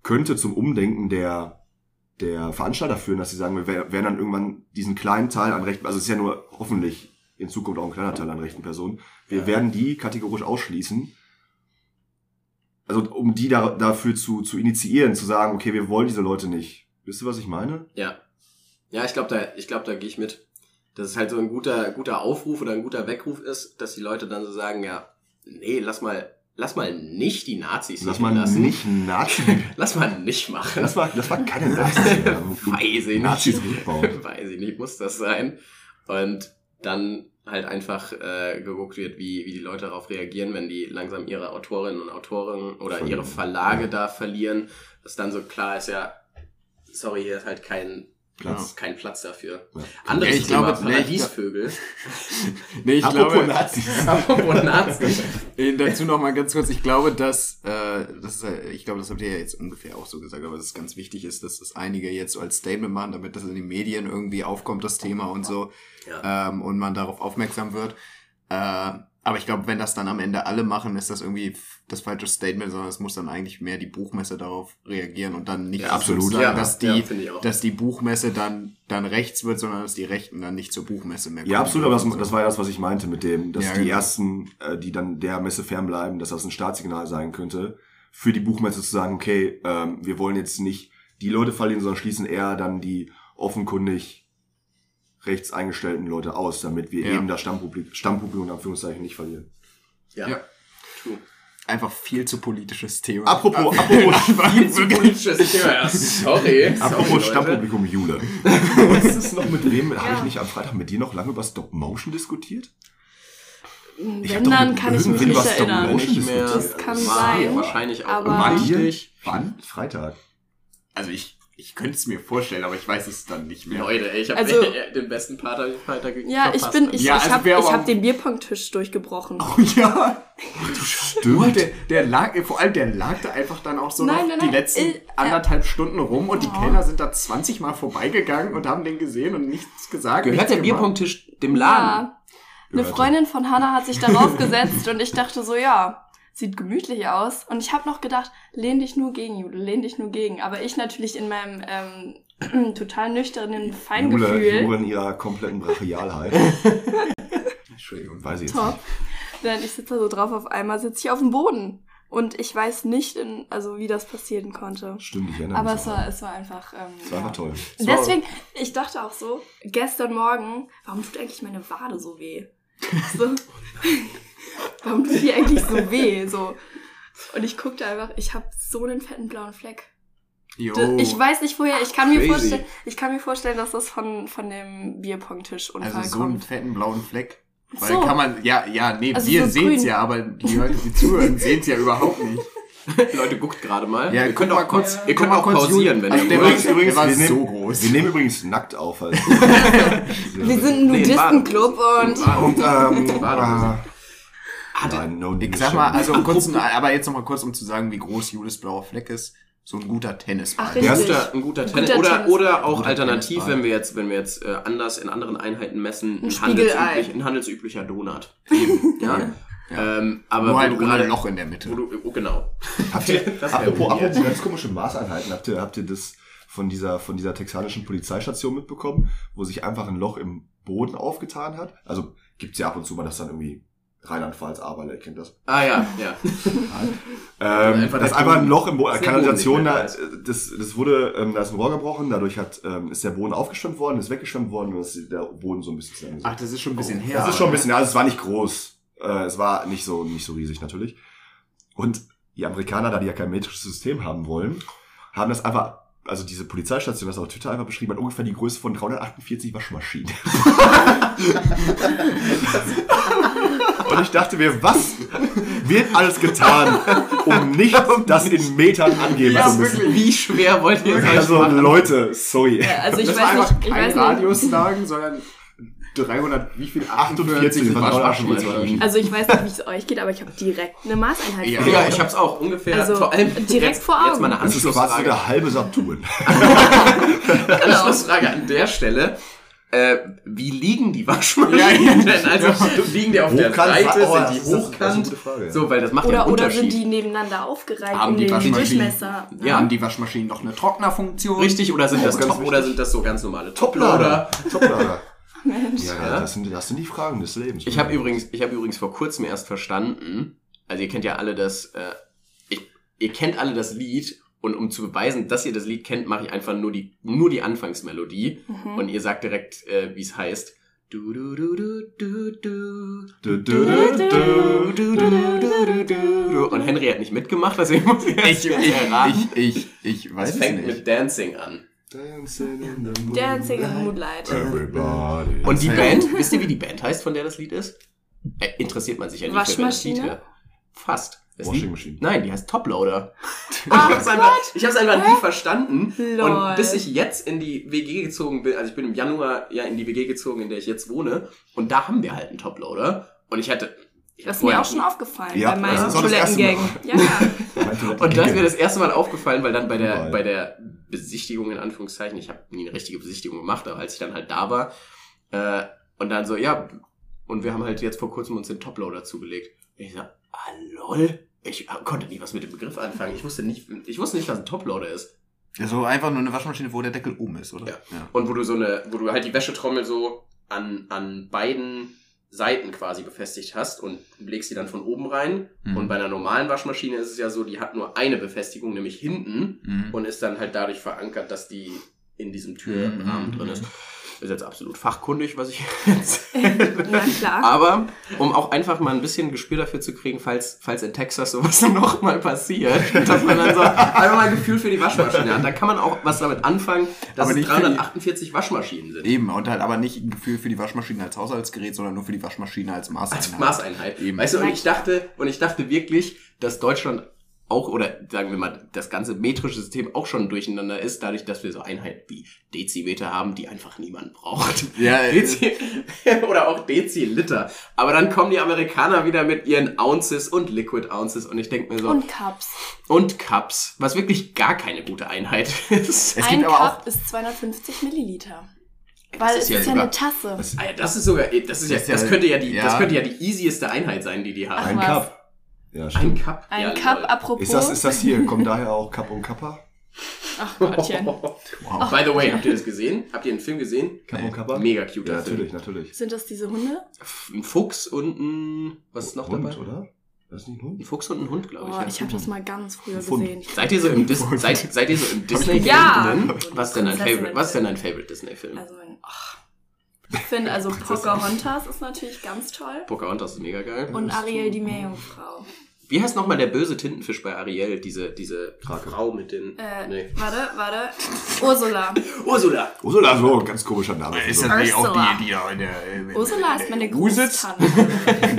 A: könnte zum Umdenken der, der Veranstalter führen, dass sie sagen, wir wer- werden dann irgendwann diesen kleinen Teil an rechten, also es ist ja nur hoffentlich in Zukunft auch ein kleiner Teil an rechten Personen, wir
B: Ja.
A: werden die kategorisch ausschließen. Also um die da, dafür zu, zu initiieren, zu sagen, okay, wir wollen diese Leute nicht. Wisst ihr, was ich meine?
B: Ja. Ja, ich glaube, da, ich glaube, da gehe ich mit. Dass es halt so ein guter, guter Aufruf oder ein guter Weckruf ist, dass die Leute dann so sagen, ja, nee, lass mal, lass mal nicht die Nazis
A: Lass
B: sich
A: mal
B: lassen.
A: nicht Nazi.
B: Lass mal nicht machen.
A: Das war, das war keine Nazi.
B: Weiß ich
A: Nazis
B: nicht.
A: rückbauen.
B: Weiß ich nicht, muss das sein. Und dann halt einfach äh, geguckt wird, wie, wie die Leute darauf reagieren, wenn die langsam ihre Autorinnen und Autoren oder
A: Verlieren.
B: ihre Verlage da verlieren. Dass dann so klar ist, ja, sorry, hier ist halt kein
A: Platz.
B: kein Platz dafür.
A: Ja.
B: Anderes
C: Ja, ich
B: Thema,
C: glaube, nee, ich
B: Paradiesvögel.
C: Nee, ich
A: Apropos
C: glaube,
A: Nazis.
B: Apropos Nazis.
C: Äh, Dazu noch mal ganz kurz, ich glaube, dass, äh, das ist, äh, ich glaube, das habt ihr ja jetzt ungefähr auch so gesagt, aber dass es ganz wichtig ist, dass das einige jetzt so als Statement machen, damit das in den Medien irgendwie aufkommt, das Thema und so,
B: Ja.
C: ähm, und man darauf aufmerksam wird. Äh, aber ich glaube, wenn das dann am Ende alle machen, ist das irgendwie f- das falsche Statement, sondern es muss dann eigentlich mehr die Buchmesse darauf reagieren und dann nicht
B: Ja, absolut.
C: sozusagen,
B: Ja,
C: dass
B: ja,
C: die,
B: finde ich auch.
C: dass die Buchmesse dann, dann rechts wird, sondern dass die Rechten dann nicht zur Buchmesse mehr
A: Ja, absolut, aber das,
C: dürfen.
A: das war ja das, was ich meinte mit dem, dass
C: Ja,
A: die
C: genau.
A: Ersten, äh, die dann der Messe fernbleiben, dass das ein Startsignal sein könnte, für die Buchmesse zu sagen, okay, ähm, wir wollen jetzt nicht die Leute verlieren, sondern schließen eher dann die offenkundig rechts eingestellten Leute aus, damit wir
C: Ja.
A: eben das Stammpublik Stammpublikum in Anführungszeichen nicht verlieren.
B: Ja.
C: Ja.
B: True.
C: einfach viel zu politisches Thema.
A: Apropos, apropos,
B: Viel zu politisches Thema. Ja, sorry. sorry,
A: apropos
B: Leute.
A: Stammpublikum Jule. Was ist noch mit wem? Habe ich
D: Ja.
A: nicht am Freitag mit dir noch lange über Stop Motion diskutiert? Ich hab
D: Wenn,
A: doch
D: dann
A: mit
D: kann ich mich
A: irgendwem
D: nicht
A: was darüber
D: erinnern.
A: gesprochen.
B: Nicht mehr.
A: Das
D: kann
B: War
D: sein,
B: Wahrscheinlich auch.
D: aber-
B: Aber
D: Wann?
B: richtig.
A: Wann? Freitag.
C: Also ich, ich könnte es mir vorstellen, aber ich weiß es dann nicht mehr.
B: Leute, ey, ich habe
D: Also-
B: den besten Part hab ich Freitag
D: Ja, ich
B: verpasst.
D: bin, ich,
C: Ja,
D: ich
C: also
D: habe
C: wer aber-
D: hab den Bierpong-Tisch durchgebrochen.
C: Oh ja, Boah,
A: Stimmt.
C: der, der lag, vor allem der lag da einfach dann auch so
D: Nein,
C: noch
D: nein,
C: die
D: nein,
C: letzten
D: äh, äh,
C: anderthalb Stunden rum und die
D: Oh.
C: Kellner sind da 20 Mal vorbeigegangen und haben den gesehen und nichts gesagt.
B: Gehört
C: nichts
B: der
C: gemacht.
B: Bierpunktisch dem Laden?
D: Ja. Eine
A: Überraschend.
D: Freundin von Hannah hat sich darauf gesetzt und ich dachte so, ja, sieht gemütlich aus. Und ich habe noch gedacht, lehn dich nur gegen, Jule, lehn dich nur gegen. Aber ich natürlich in meinem ähm, total nüchternen
A: Jule,
D: Feingefühl.
A: Jule in ihrer kompletten Brachialheit.
C: Entschuldigung.
A: Weiß ich jetzt
D: Top.
A: nicht.
D: Dann ich sitze da so drauf, auf einmal sitze ich auf dem Boden. Und ich weiß nicht, in, also wie das passieren konnte.
A: Stimmt, ich erinnere
D: Aber
A: mich.
D: es war, es war einfach. Ähm,
A: es war
D: ja.
A: einfach toll.
C: war-
D: Deswegen, ich dachte auch so, gestern Morgen, warum tut eigentlich meine Wade so weh? So, warum tut die eigentlich so weh? So. Und ich guckte einfach, ich habe so einen fetten blauen Fleck.
C: Jo.
D: D- Ich weiß nicht woher, ich kann, mir
B: Crazy.
D: vorstellen, ich kann mir vorstellen, dass das von, von dem Bierpong-Tischunfall
C: also so einen
D: kommt.
C: fetten blauen Fleck. Weil
D: So.
C: kann man, ja, ja, nee,
D: Also
C: wir
D: so
C: sehen's
D: grün.
C: ja, aber die Leute, die zuhören, sehen's ja überhaupt nicht.
B: Leute, guckt gerade mal.
C: Ja,
B: ihr
C: guck
B: könnt
C: mal
B: auch
C: kurz-
B: kurz,
C: guck
B: ihr könnt
C: mal
B: auch
C: kurz
B: pausieren, wenn
C: Jule.
B: ihr
C: Der
B: wollt.
C: war- der war
A: wir nehmen,
C: so groß.
A: Wir nehmen übrigens nackt auf. Also.
D: Wir sind ein
B: Nee, in
D: Nudistenclub
B: Baden.
D: und
A: Und, ähm, äh,
B: Warte. Ah,
A: nein, no
C: Ich
A: need
C: sag
A: to
C: mal,
A: shame.
C: also kurz, aber jetzt nochmal kurz, um zu sagen, wie groß Julis blauer Fleck ist. So ein guter Tennisball.
D: Ach,
B: Ein
D: richtig.
B: guter, ein guter
D: Ein
B: Tennis.
D: guter
B: oder,
D: Tennis.
B: oder auch
C: Guter
B: alternativ,
C: Tennisball.
B: wenn wir jetzt, wenn wir jetzt äh, anders in anderen Einheiten messen,
D: Ein
B: ein,
D: Spiegelei.
B: handelsüblich, ein handelsüblicher Donut. ja?
C: Ja.
B: Ähm, aber
C: Nur
B: wo
C: halt
B: du
C: ohne
B: gerade
C: Loch in der Mitte.
B: Wo du, oh, genau.
A: Habt ihr,
B: Das wär
A: apropos,
B: weird.
A: apropos ganz komische Maßeinheiten, habt ihr, habt ihr das von dieser, von dieser texanischen Polizeistation mitbekommen, wo sich einfach ein Loch im Boden aufgetan hat? Also gibt's ja ab und zu mal, dass dann irgendwie Rheinland-Pfalz, Aberle, ihr kennt das.
B: Ah ja, ja.
A: Ähm,
B: Einfach
A: das ist
B: der
A: einfach ein
B: Boden-
A: Loch im Boden,
B: dass der
A: Kanalisation,
B: Boden
A: da, äh,
B: nicht
A: das, das wurde, ähm, da ist ein Rohr gebrochen, dadurch hat, ähm, ist der Boden aufgeschwemmt worden, ist weggeschwemmt worden und ist der Boden so ein bisschen zusammengesunken.
C: Ach, das ist schon ein bisschen her.
A: Das ist schon ein bisschen, also es war nicht groß. Äh, es war nicht so, nicht so riesig natürlich. Und die Amerikaner, da die ja kein metrisches System haben wollen, haben das einfach, also diese Polizeistation, das auf Twitter einfach beschrieben hat, ungefähr die Größe von 348 Waschmaschinen. Und ich dachte mir, was wird alles getan, um nicht das in Metern angeben
C: Ja,
A: zu müssen?
C: wirklich.
B: Wie schwer wollt ihr es euch
A: Also
B: machen?
A: Leute, sorry.
D: Ja, also ich
C: das war
D: weiß
C: einfach
D: nicht, ich
C: kein
D: weiß nicht,
C: Radius sagen, sondern 300, wie viel?
A: 48
C: Waschmaschinen.
A: Waschmaschinen.
D: also ich weiß nicht, wie es euch geht, aber ich habe direkt eine Maßeinheit.
C: Ja.
D: vor
B: Ja,
D: mir.
B: ich hab's auch ungefähr.
D: Also,
B: vor allem
D: direkt
B: jetzt,
D: vor
B: Jetzt
D: Augen.
B: mal eine
A: also, Das ist quasi
B: Anschlussfrage.
A: der halbe Saturn.
B: Anschlussfrage an der Stelle. äh, wie liegen die Waschmaschinen
C: Ja, ja.
B: denn? Also liegen die auf der
A: Hochkant-
B: Seite,
A: oh, das
B: sind
A: ist- das ist- das
B: die
A: ist eine
B: hochkant?
A: gute Frage.
B: So, weil das macht ja
D: Oder,
B: einen
D: oder
B: Unterschied.
D: sind die nebeneinander aufgereiht
C: Haben
D: um
C: die
D: den
C: Waschmaschinen-
D: Durchmesser?
B: Ja.
C: Haben die Waschmaschinen noch eine Trocknerfunktion?
B: Richtig, oder sind, das
A: ganz
B: Top, oder sind das so ganz normale Toploader?
A: Toplader. Toplader.
D: Mensch.
A: Ja, ja, das sind, das sind die Fragen des Lebens.
B: Ich habe übrigens, ich habe übrigens vor kurzem erst verstanden, also ihr kennt ja alle das, äh, ich, ihr kennt alle das Lied und um zu beweisen, dass ihr das Lied kennt, mache ich einfach nur die, nur die Anfangsmelodie
D: Mhm.
B: und ihr sagt direkt, äh, wie es heißt. Du, du, du, du, du, du.
A: Du, du, du,
B: Du,
A: du.
B: du, du, du, du, du. Und Henry hat nicht mitgemacht, deswegen muss ich
C: Ich,
B: jetzt
C: ich,
B: erraten.
C: ich, ich, ich weiß
B: Es
C: es
B: fängt
C: nicht.
B: mit Dancing an.
A: Dancing in the
D: Dancing in the
A: moonlight.
D: Moonlight.
A: Everybody.
B: Und die
C: Ja.
B: Band, wisst ihr, wie die Band heißt, von der das Lied ist? Äh, interessiert man sich ja nicht für wer das Lied
D: Waschmaschine?
B: hört. Fast. Das
A: Washing
B: Lied-
A: Machine.
B: Nein, die heißt Toploader.
D: Ach
B: ich hab's einfach, ich hab's einfach nie verstanden.
D: Lol.
B: Und bis ich jetzt in die WG gezogen bin, also ich bin im Januar ja in die WG gezogen, in der ich jetzt wohne, und da haben wir halt einen Toploader. Und ich hatte. Ich
D: Das ist
B: hab
D: mir
B: vorher-
D: auch schon aufgefallen
A: Ja,
D: bei
A: das
D: meinen
A: ist auch das erste
D: Toilettengang. Ja,
B: Und da ist mir das erste Mal aufgefallen, weil dann bei der,
A: Überall.
B: bei der Besichtigung in Anführungszeichen, ich habe nie eine richtige Besichtigung gemacht, aber als ich dann halt da war, äh, und dann so, ja, und wir haben halt jetzt vor kurzem uns den Toploader zugelegt. Und ich so, ah lol, ich ah, konnte nie was mit dem Begriff anfangen. Ich wusste nicht, ich wusste nicht, was ein Toploader ist.
C: Also einfach nur eine Waschmaschine, wo der Deckel oben ist, oder?
B: Ja. Und wo du so eine, wo du halt die Wäschetrommel so an, an beiden Seiten quasi befestigt hast und legst die dann von oben rein.
C: Mhm.
B: Und bei einer normalen Waschmaschine ist es ja so, die hat nur eine Befestigung, nämlich hinten.
C: Mhm.
B: und ist dann halt dadurch verankert, dass die in diesem Türrahmen
C: Mhm.
B: drin ist. Ist jetzt absolut fachkundig, was ich erzähle.
D: na klar.
B: Aber um auch einfach mal ein bisschen ein Gespür dafür zu kriegen, falls, falls in Texas sowas nochmal passiert, dass man dann so einfach mal ein Gefühl für die Waschmaschine hat. Da kann man auch was damit anfangen, dass
C: Aber
B: es
C: nicht für die-
B: 348 Waschmaschinen sind.
C: Eben, und halt aber nicht ein Gefühl für die Waschmaschine als Haushaltsgerät, sondern nur für die Waschmaschine als Maßeinheit.
B: Als Maßeinheit.
C: Eben.
B: Weißt du, und ich dachte, und ich dachte wirklich, dass Deutschland auch, oder sagen wir mal, das ganze metrische System auch schon durcheinander ist, dadurch, dass wir so Einheiten wie Dezimeter haben, die einfach niemand braucht.
C: Ja, äh,
B: Dezi oder auch Deziliter. Aber dann kommen die Amerikaner wieder mit ihren Ounces und Liquid Ounces und ich denke mir so, und,
D: Und Cups.
B: Cups, was wirklich gar keine gute Einheit ist.
C: Es
D: Ein
C: gibt aber
D: Cup
C: auch-
D: ist 250 Milliliter.
B: Das
D: Weil
B: ist
D: es
B: ja
D: ist ja
B: über-
D: eine Tasse.
A: Das-
B: Ah ja, das ist sogar, das ist ja,
C: Das ist ja-
B: das könnte ja die,
C: ja.
B: das könnte ja die easieste Einheit sein, die die haben.
A: Ein
D: was.
A: Cup. Ja,
B: Ein
A: stimmt.
B: Cup.
D: Ein
B: ja,
D: Cup,
B: lol.
D: apropos.
A: Ist das, ist das hier? Kommt daher auch Cup und Kappa?
D: Ach Gottchen.
C: Wow.
B: By the
D: Oh,
B: way, habt ihr das gesehen? Habt ihr den Film gesehen?
A: Cup
C: Nee.
A: und Kappa?
B: Mega cute.
A: Ja,
B: der Film.
A: natürlich, natürlich.
D: Sind das diese Hunde?
B: F- Ein Fuchs und ein. Was ist noch
A: Hund,
B: dabei?
A: oder? Das ist nicht ein
B: Ein
A: Hund?
B: Fuchs und ein Hund, glaube ich.
D: Oh,
B: ja.
D: ich habe das mal ganz früher
A: Pfund.
D: gesehen.
B: Seid ihr so im, Dis seid, seid ihr so im Disney?
D: Ja.
B: drin? Was ist denn dein
D: Prinzessin
B: Favorite? Was ist denn dein Favorite Disney-Film?
D: Also, ach. Ich finde, also Pocahontas ist natürlich ganz toll.
B: Pocahontas ist mega geil.
D: Und Ariel die Meerjungfrau.
B: Wie heißt nochmal der böse Tintenfisch bei Ariel? Diese, diese
A: Krake.
B: Frau mit den.
D: Äh,
B: Nee.
D: Warte, warte. Ursula.
B: Ursula! Äh,
A: Ursula, so ein ganz komischer Name. für
C: Ist
A: so-
C: das nicht auch
D: Ursula.
C: die, die da in der... äh, in-
D: Ursula ist meine
C: in der EU sitzt?
D: Großtante.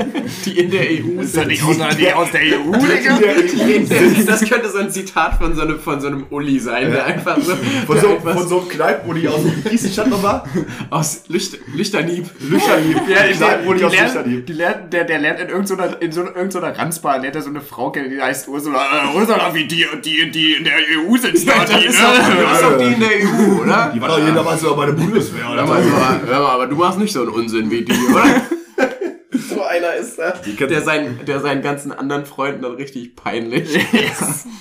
B: Die in der EU
C: Ist das nicht Ursula, die aus der EU Digga?
B: Die in der, das könnte so ein Zitat von so einem, von so einem Uli sein, der einfach so.
A: Von
B: der
A: so,
B: einfach
A: von so einem Kneipenmodi aus Gießenstadt nochmal?
B: aus Lüchter, Lüchternieb.
A: Lüchterhieb.
C: Ja, ich
A: Kneipenmodi
C: die
A: aus
C: lernt,
A: Lüchterhieb.
C: die lernt, der, der lernt in irgendeiner, in so, irgendeiner Ranzbar, lernt er so eine Frau kennen, die heißt Ursula. Äh, Ursula, wie die, die, die in der EU sitzt.
B: Ja,
C: da,
B: das
C: die,
B: ist
C: ne?
B: doch, das ist doch die in der EU, oder?
A: Die war doch Genau, hier damals noch bei der Bundeswehr, oder?
B: Hör mal, hör mal, hör mal, aber du machst nicht so einen Unsinn wie die, oder? so einer ist da.
A: kann-
B: Der, sein, der seinen ganzen anderen Freunden dann richtig peinlich.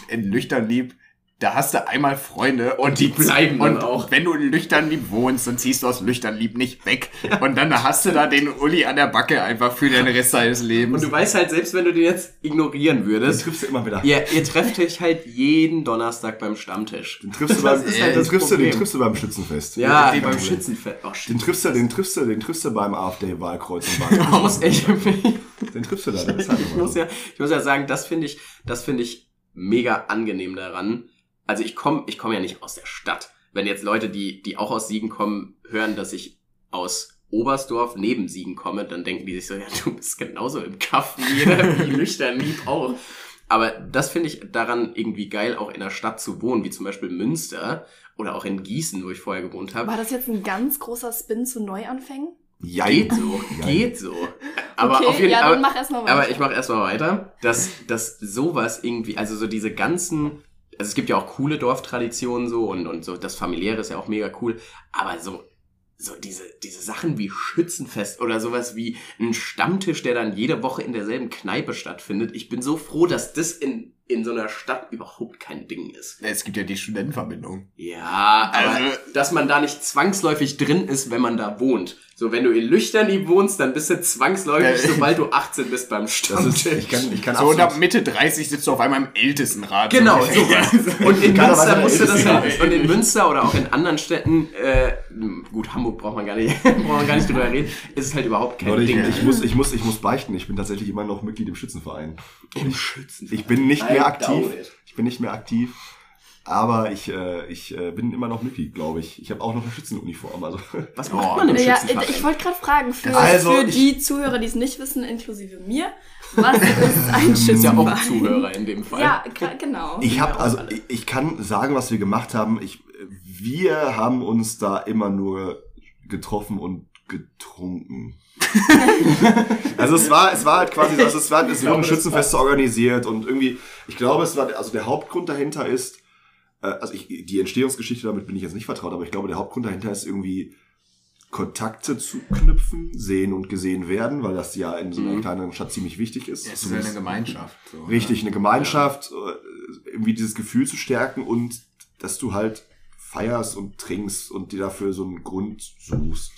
C: in Lüchternlieb, da hast du einmal Freunde und die
B: bleiben
C: und
B: dann auch.
C: Wenn du in Lüchternlieb wohnst, dann ziehst du aus Lüchternlieb nicht weg. Und dann hast du da den Uli an der Backe einfach für den Rest deines
B: Und
C: Lebens.
B: du weißt halt, selbst wenn du den jetzt ignorieren
A: Das
B: würdest,
A: triffst du immer wieder.
B: ihr, ihr trefft euch halt jeden Donnerstag beim Stammtisch.
A: Den triffst du beim,
B: ist halt
A: den
B: das
A: triffst du, den
B: Problem.
A: triffst du beim Schützenfest.
B: Ja,
A: Den-
B: beim Schützenfest. Oh, shit.
A: Den triffst du, den triffst du, den triffst du beim AfD-Wahlkreuz und Wahlkreuz.
B: Ich muss, echt,
A: Den triffst du da. Das ist halt
B: ich,
A: immer
B: muss
A: so.
B: ja, ich muss ja sagen, das finde ich, das finde ich mega angenehm daran. Also ich komme ich komm ja nicht aus der Stadt. Wenn jetzt Leute, die, die auch aus Siegen kommen, hören, dass ich aus Oberstdorf neben Siegen komme, dann denken die sich so, ja, du bist genauso im Kaff wie jeder, wie Lüchternlieb auch. Aber das finde ich daran irgendwie geil, auch in einer Stadt zu wohnen, wie zum Beispiel Münster oder auch in Gießen, wo ich vorher gewohnt habe.
D: War das jetzt ein ganz großer Spin zu Neuanfängen?
A: Ja,
B: Geht so,
A: Ja.
B: geht so. Aber
D: okay,
B: auf jeden
D: ja,
B: Fall.
D: dann mach erstmal weiter.
B: Aber ich mache erstmal weiter, dass, dass sowas irgendwie, also so diese ganzen, also es gibt ja auch coole Dorftraditionen so und, und so, das familiäre ist ja auch mega cool, aber so, so diese, diese Sachen wie Schützenfest oder sowas wie ein Stammtisch, der dann jede Woche in derselben Kneipe stattfindet. Ich bin so froh, dass das in, in so einer Stadt überhaupt kein Ding ist.
C: Es gibt ja die Studentenverbindung.
B: Ja, aber
C: Also-
B: dass man da nicht zwangsläufig drin ist, wenn man da wohnt. So, wenn du in Lüchterni wohnst, dann bist du zwangsläufig,
C: Ja.
B: sobald du 18 bist, beim
A: Das
B: Stammtisch.
A: ist, ich kann, ich kann
C: So, und ab
A: absolut,
C: Mitte 30 sitzt du auf einmal im Ältestenrat.
B: Genau,
C: So.
B: sowas. Und in
A: Keiner weiß,
B: Münster
A: wer
B: musste
A: ist
B: das
A: es.
B: halt, und in Münster oder auch in anderen Städten, äh, gut, Hamburg braucht man gar nicht, braucht man gar nicht drüber reden, ist es halt überhaupt kein
A: Leute, ich,
B: Ding.
A: ich, muss, ich, muss, ich muss beichten, ich bin tatsächlich immer noch Mitglied im Schützenverein.
B: Im Schützen.
A: Ich bin nicht mehr
B: I doubt
A: aktiv.
B: it.
A: Ich bin nicht mehr aktiv. Aber ich, äh, ich äh, bin immer noch Mitglied, glaube ich. Ich habe auch noch eine Schützenuniform. Also.
B: Was
C: Oh,
B: macht man im
D: Ja,
B: Schützenverein?
D: ich wollte gerade fragen, für,
A: Also,
D: für
A: ich-
D: die Zuhörer, die es nicht wissen, inklusive mir, was ist ein Schützenverein?
B: ist ja auch Zuhörer in dem Fall.
D: Ja, gra- genau.
A: Ich
B: Ja,
A: habe also
B: alle.
A: ich, ich kann sagen, was wir gemacht haben. Ich, wir haben uns da immer nur getroffen und getrunken. also es war es war halt quasi so, also es war es
B: glaube,
A: wurden
B: das
A: Schützenfeste organisiert und irgendwie ich glaube es war also der Hauptgrund dahinter ist äh, also ich, die Entstehungsgeschichte damit bin ich jetzt nicht vertraut, aber ich glaube der Hauptgrund dahinter ist irgendwie Kontakte zu knüpfen, sehen und gesehen werden, weil das ja in so einer
B: Mhm.
A: kleinen Stadt ziemlich wichtig ist.
C: Es ist ja eine Gemeinschaft. So,
A: Richtig,
C: ne?
A: eine Gemeinschaft, äh, irgendwie dieses Gefühl zu stärken und dass du halt feierst und trinkst und dir dafür so einen Grund suchst.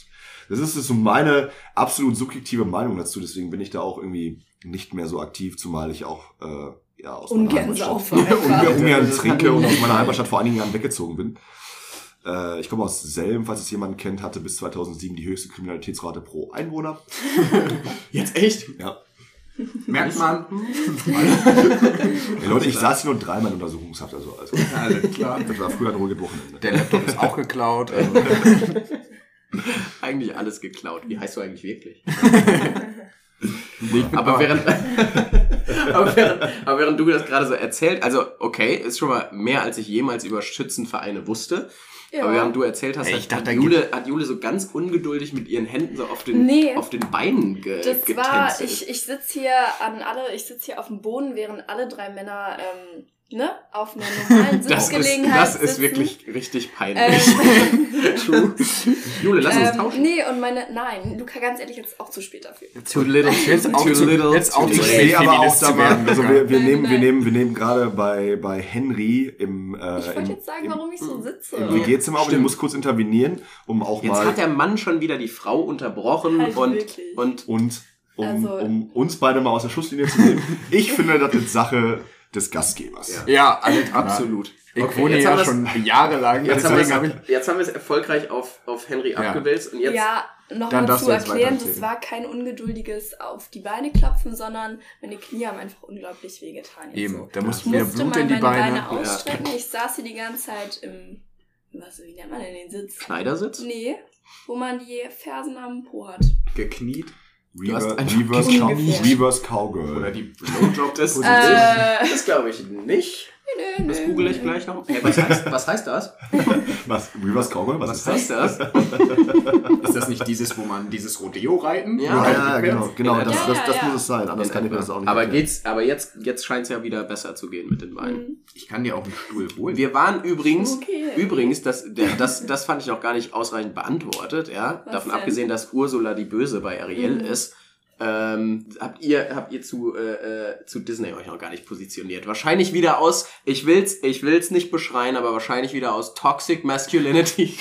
A: Das ist so meine absolut subjektive Meinung dazu, deswegen bin ich da auch irgendwie nicht mehr so aktiv, zumal ich auch äh, ja, aus
D: Ungern
A: meiner Heimatstadt
D: saufen einfach.
A: ungern,
B: Das
A: ungern
B: ist
A: trinke
B: halt-
A: und aus meiner Heimatstadt vor einigen Jahren weggezogen bin. Äh, ich komme aus Selm, falls es jemand kennt, hatte bis 2007 die höchste Kriminalitätsrate pro Einwohner.
B: Jetzt echt?
A: Ja.
C: Merkt man.
A: Ey, Leute, ich saß hier nur dreimal in Untersuchungshaft, also alles gut.
C: Alles klar.
A: Das war früher ein ruhiges Wochenende.
C: Der Laptop ist auch geklaut. Also,
B: Eigentlich alles geklaut. Wie heißt du eigentlich wirklich?
C: ich bin
B: Aber
C: auch-
B: während, aber während, aber während du das gerade so erzählt, also okay, ist schon mal mehr, als ich jemals über Schützenvereine wusste.
D: Ja.
B: Aber während du erzählt hast,
C: Ey,
B: hat,
C: ich dachte,
B: hat,
C: da
B: Jule, hat Jule so ganz ungeduldig mit ihren Händen so auf den,
D: Nee.
B: auf den Beinen ge
D: Das
B: getänzelt.
D: war, ich, ich sitze hier an alle, ich sitze hier auf dem Boden, während alle drei Männer ähm, ne, auf einer normalen
B: das ist,
D: Sitzgelegenheit
B: das ist
D: sitzen.
B: wirklich richtig peinlich.
D: Ähm,
B: True. Jule, lass uns
D: ähm,
B: tauschen.
D: nee, und meine, nein, Luca, ganz ehrlich, jetzt auch zu spät dafür.
C: Too little, jetzt auch
B: too
C: zu,
B: little,
C: jetzt auch
B: too
C: zu
A: Ich
B: late.
C: spät,
A: stehe aber auch
C: Feminist zu
A: da
C: werden.
A: mal. Also wir, wir,
D: Nein,
A: nehmen, wir
D: nein.
A: nehmen, wir nehmen gerade bei, bei Henry im, äh,
D: Ich
A: im,
D: wollte jetzt sagen,
A: im,
D: warum ich so sitze.
A: im WG-Zimmer, aber ich
B: Stimmt.
A: muss kurz intervenieren, um auch
B: Jetzt
A: mal
B: hat der Mann schon wieder die Frau unterbrochen
D: Also
B: und,
D: wirklich.
B: und
A: und um,
D: Also-
A: um uns beide mal aus der Schusslinie zu nehmen. Ich finde, das ist Sache des Gastgebers.
B: Ja.
C: Ja, alles klar.
B: absolut.
C: Ich
B: Okay,
C: wohne
B: jetzt haben
C: ja
B: wir's-
C: schon jahrelang.
B: Jetzt haben,
C: deswegen
B: wir
C: hab
B: es, jetzt haben wir es erfolgreich auf, auf Henry
C: Ja.
B: abgewälzt und jetzt
D: ja,
C: Dann
D: nochmal
C: darfst
D: zu
C: du jetzt
D: erklären,
C: weitererzählen.
D: das war kein ungeduldiges auf die Beine klopfen, sondern meine Knie haben einfach unglaublich wehgetan. Jetzt
C: Eben,
D: so.
C: da
D: Ich
C: musste wieder
D: musste
C: Blut
D: mal
C: in die
D: meine Beine,
C: Beine.
D: ausstrecken. Ich saß hier die ganze Zeit im, was, wie nennt man denn den Sitz?
B: Schneidersitz
D: Nee, wo man die Fersen am Po hat.
C: Gekniet.
A: Rever
B: hast einfach
A: Reverse, Cow
D: ungefähr-
A: Reverse Cowgirl.
C: Oder die
B: Blowjob das,
C: Position.
D: Äh,
B: das glaube ich nicht.
D: nö, nö,
B: Das google ich
D: nö.
B: gleich noch. Hey, was, heißt, was heißt das?
A: Was? Reverse Cowgirl? Was, ist das?
B: heißt das?
C: Ist das nicht dieses, wo man dieses Rodeo reiten? halt-
B: Ja.
A: Ja,
C: Reiten
A: ja,
C: rückwärts?
A: genau, genau
B: In
A: das,
D: etwa.
A: das, das,
D: Ja, ja,
A: muss es sein. Anders
B: In
A: kann ich mir
B: etwa.
A: das auch nicht
B: aber,
A: erklären.
B: geht's, aber jetzt, jetzt scheint es ja wieder besser zu gehen mit den Beinen.
D: Mhm.
C: Ich kann dir auch einen Stuhl holen.
B: Wir waren übrigens,
D: Okay.
B: übrigens, das, der, das, das fand ich noch gar nicht ausreichend beantwortet, ja.
D: Was
B: Davon
D: denn?
B: abgesehen, dass Ursula die Böse bei Ariel
D: Mhm.
B: ist. Ähm, habt ihr, habt ihr zu, äh, äh, zu Disney euch noch gar nicht positioniert? Wahrscheinlich wieder aus, ich will's, ich will's nicht beschreien, aber wahrscheinlich wieder aus Toxic Masculinity.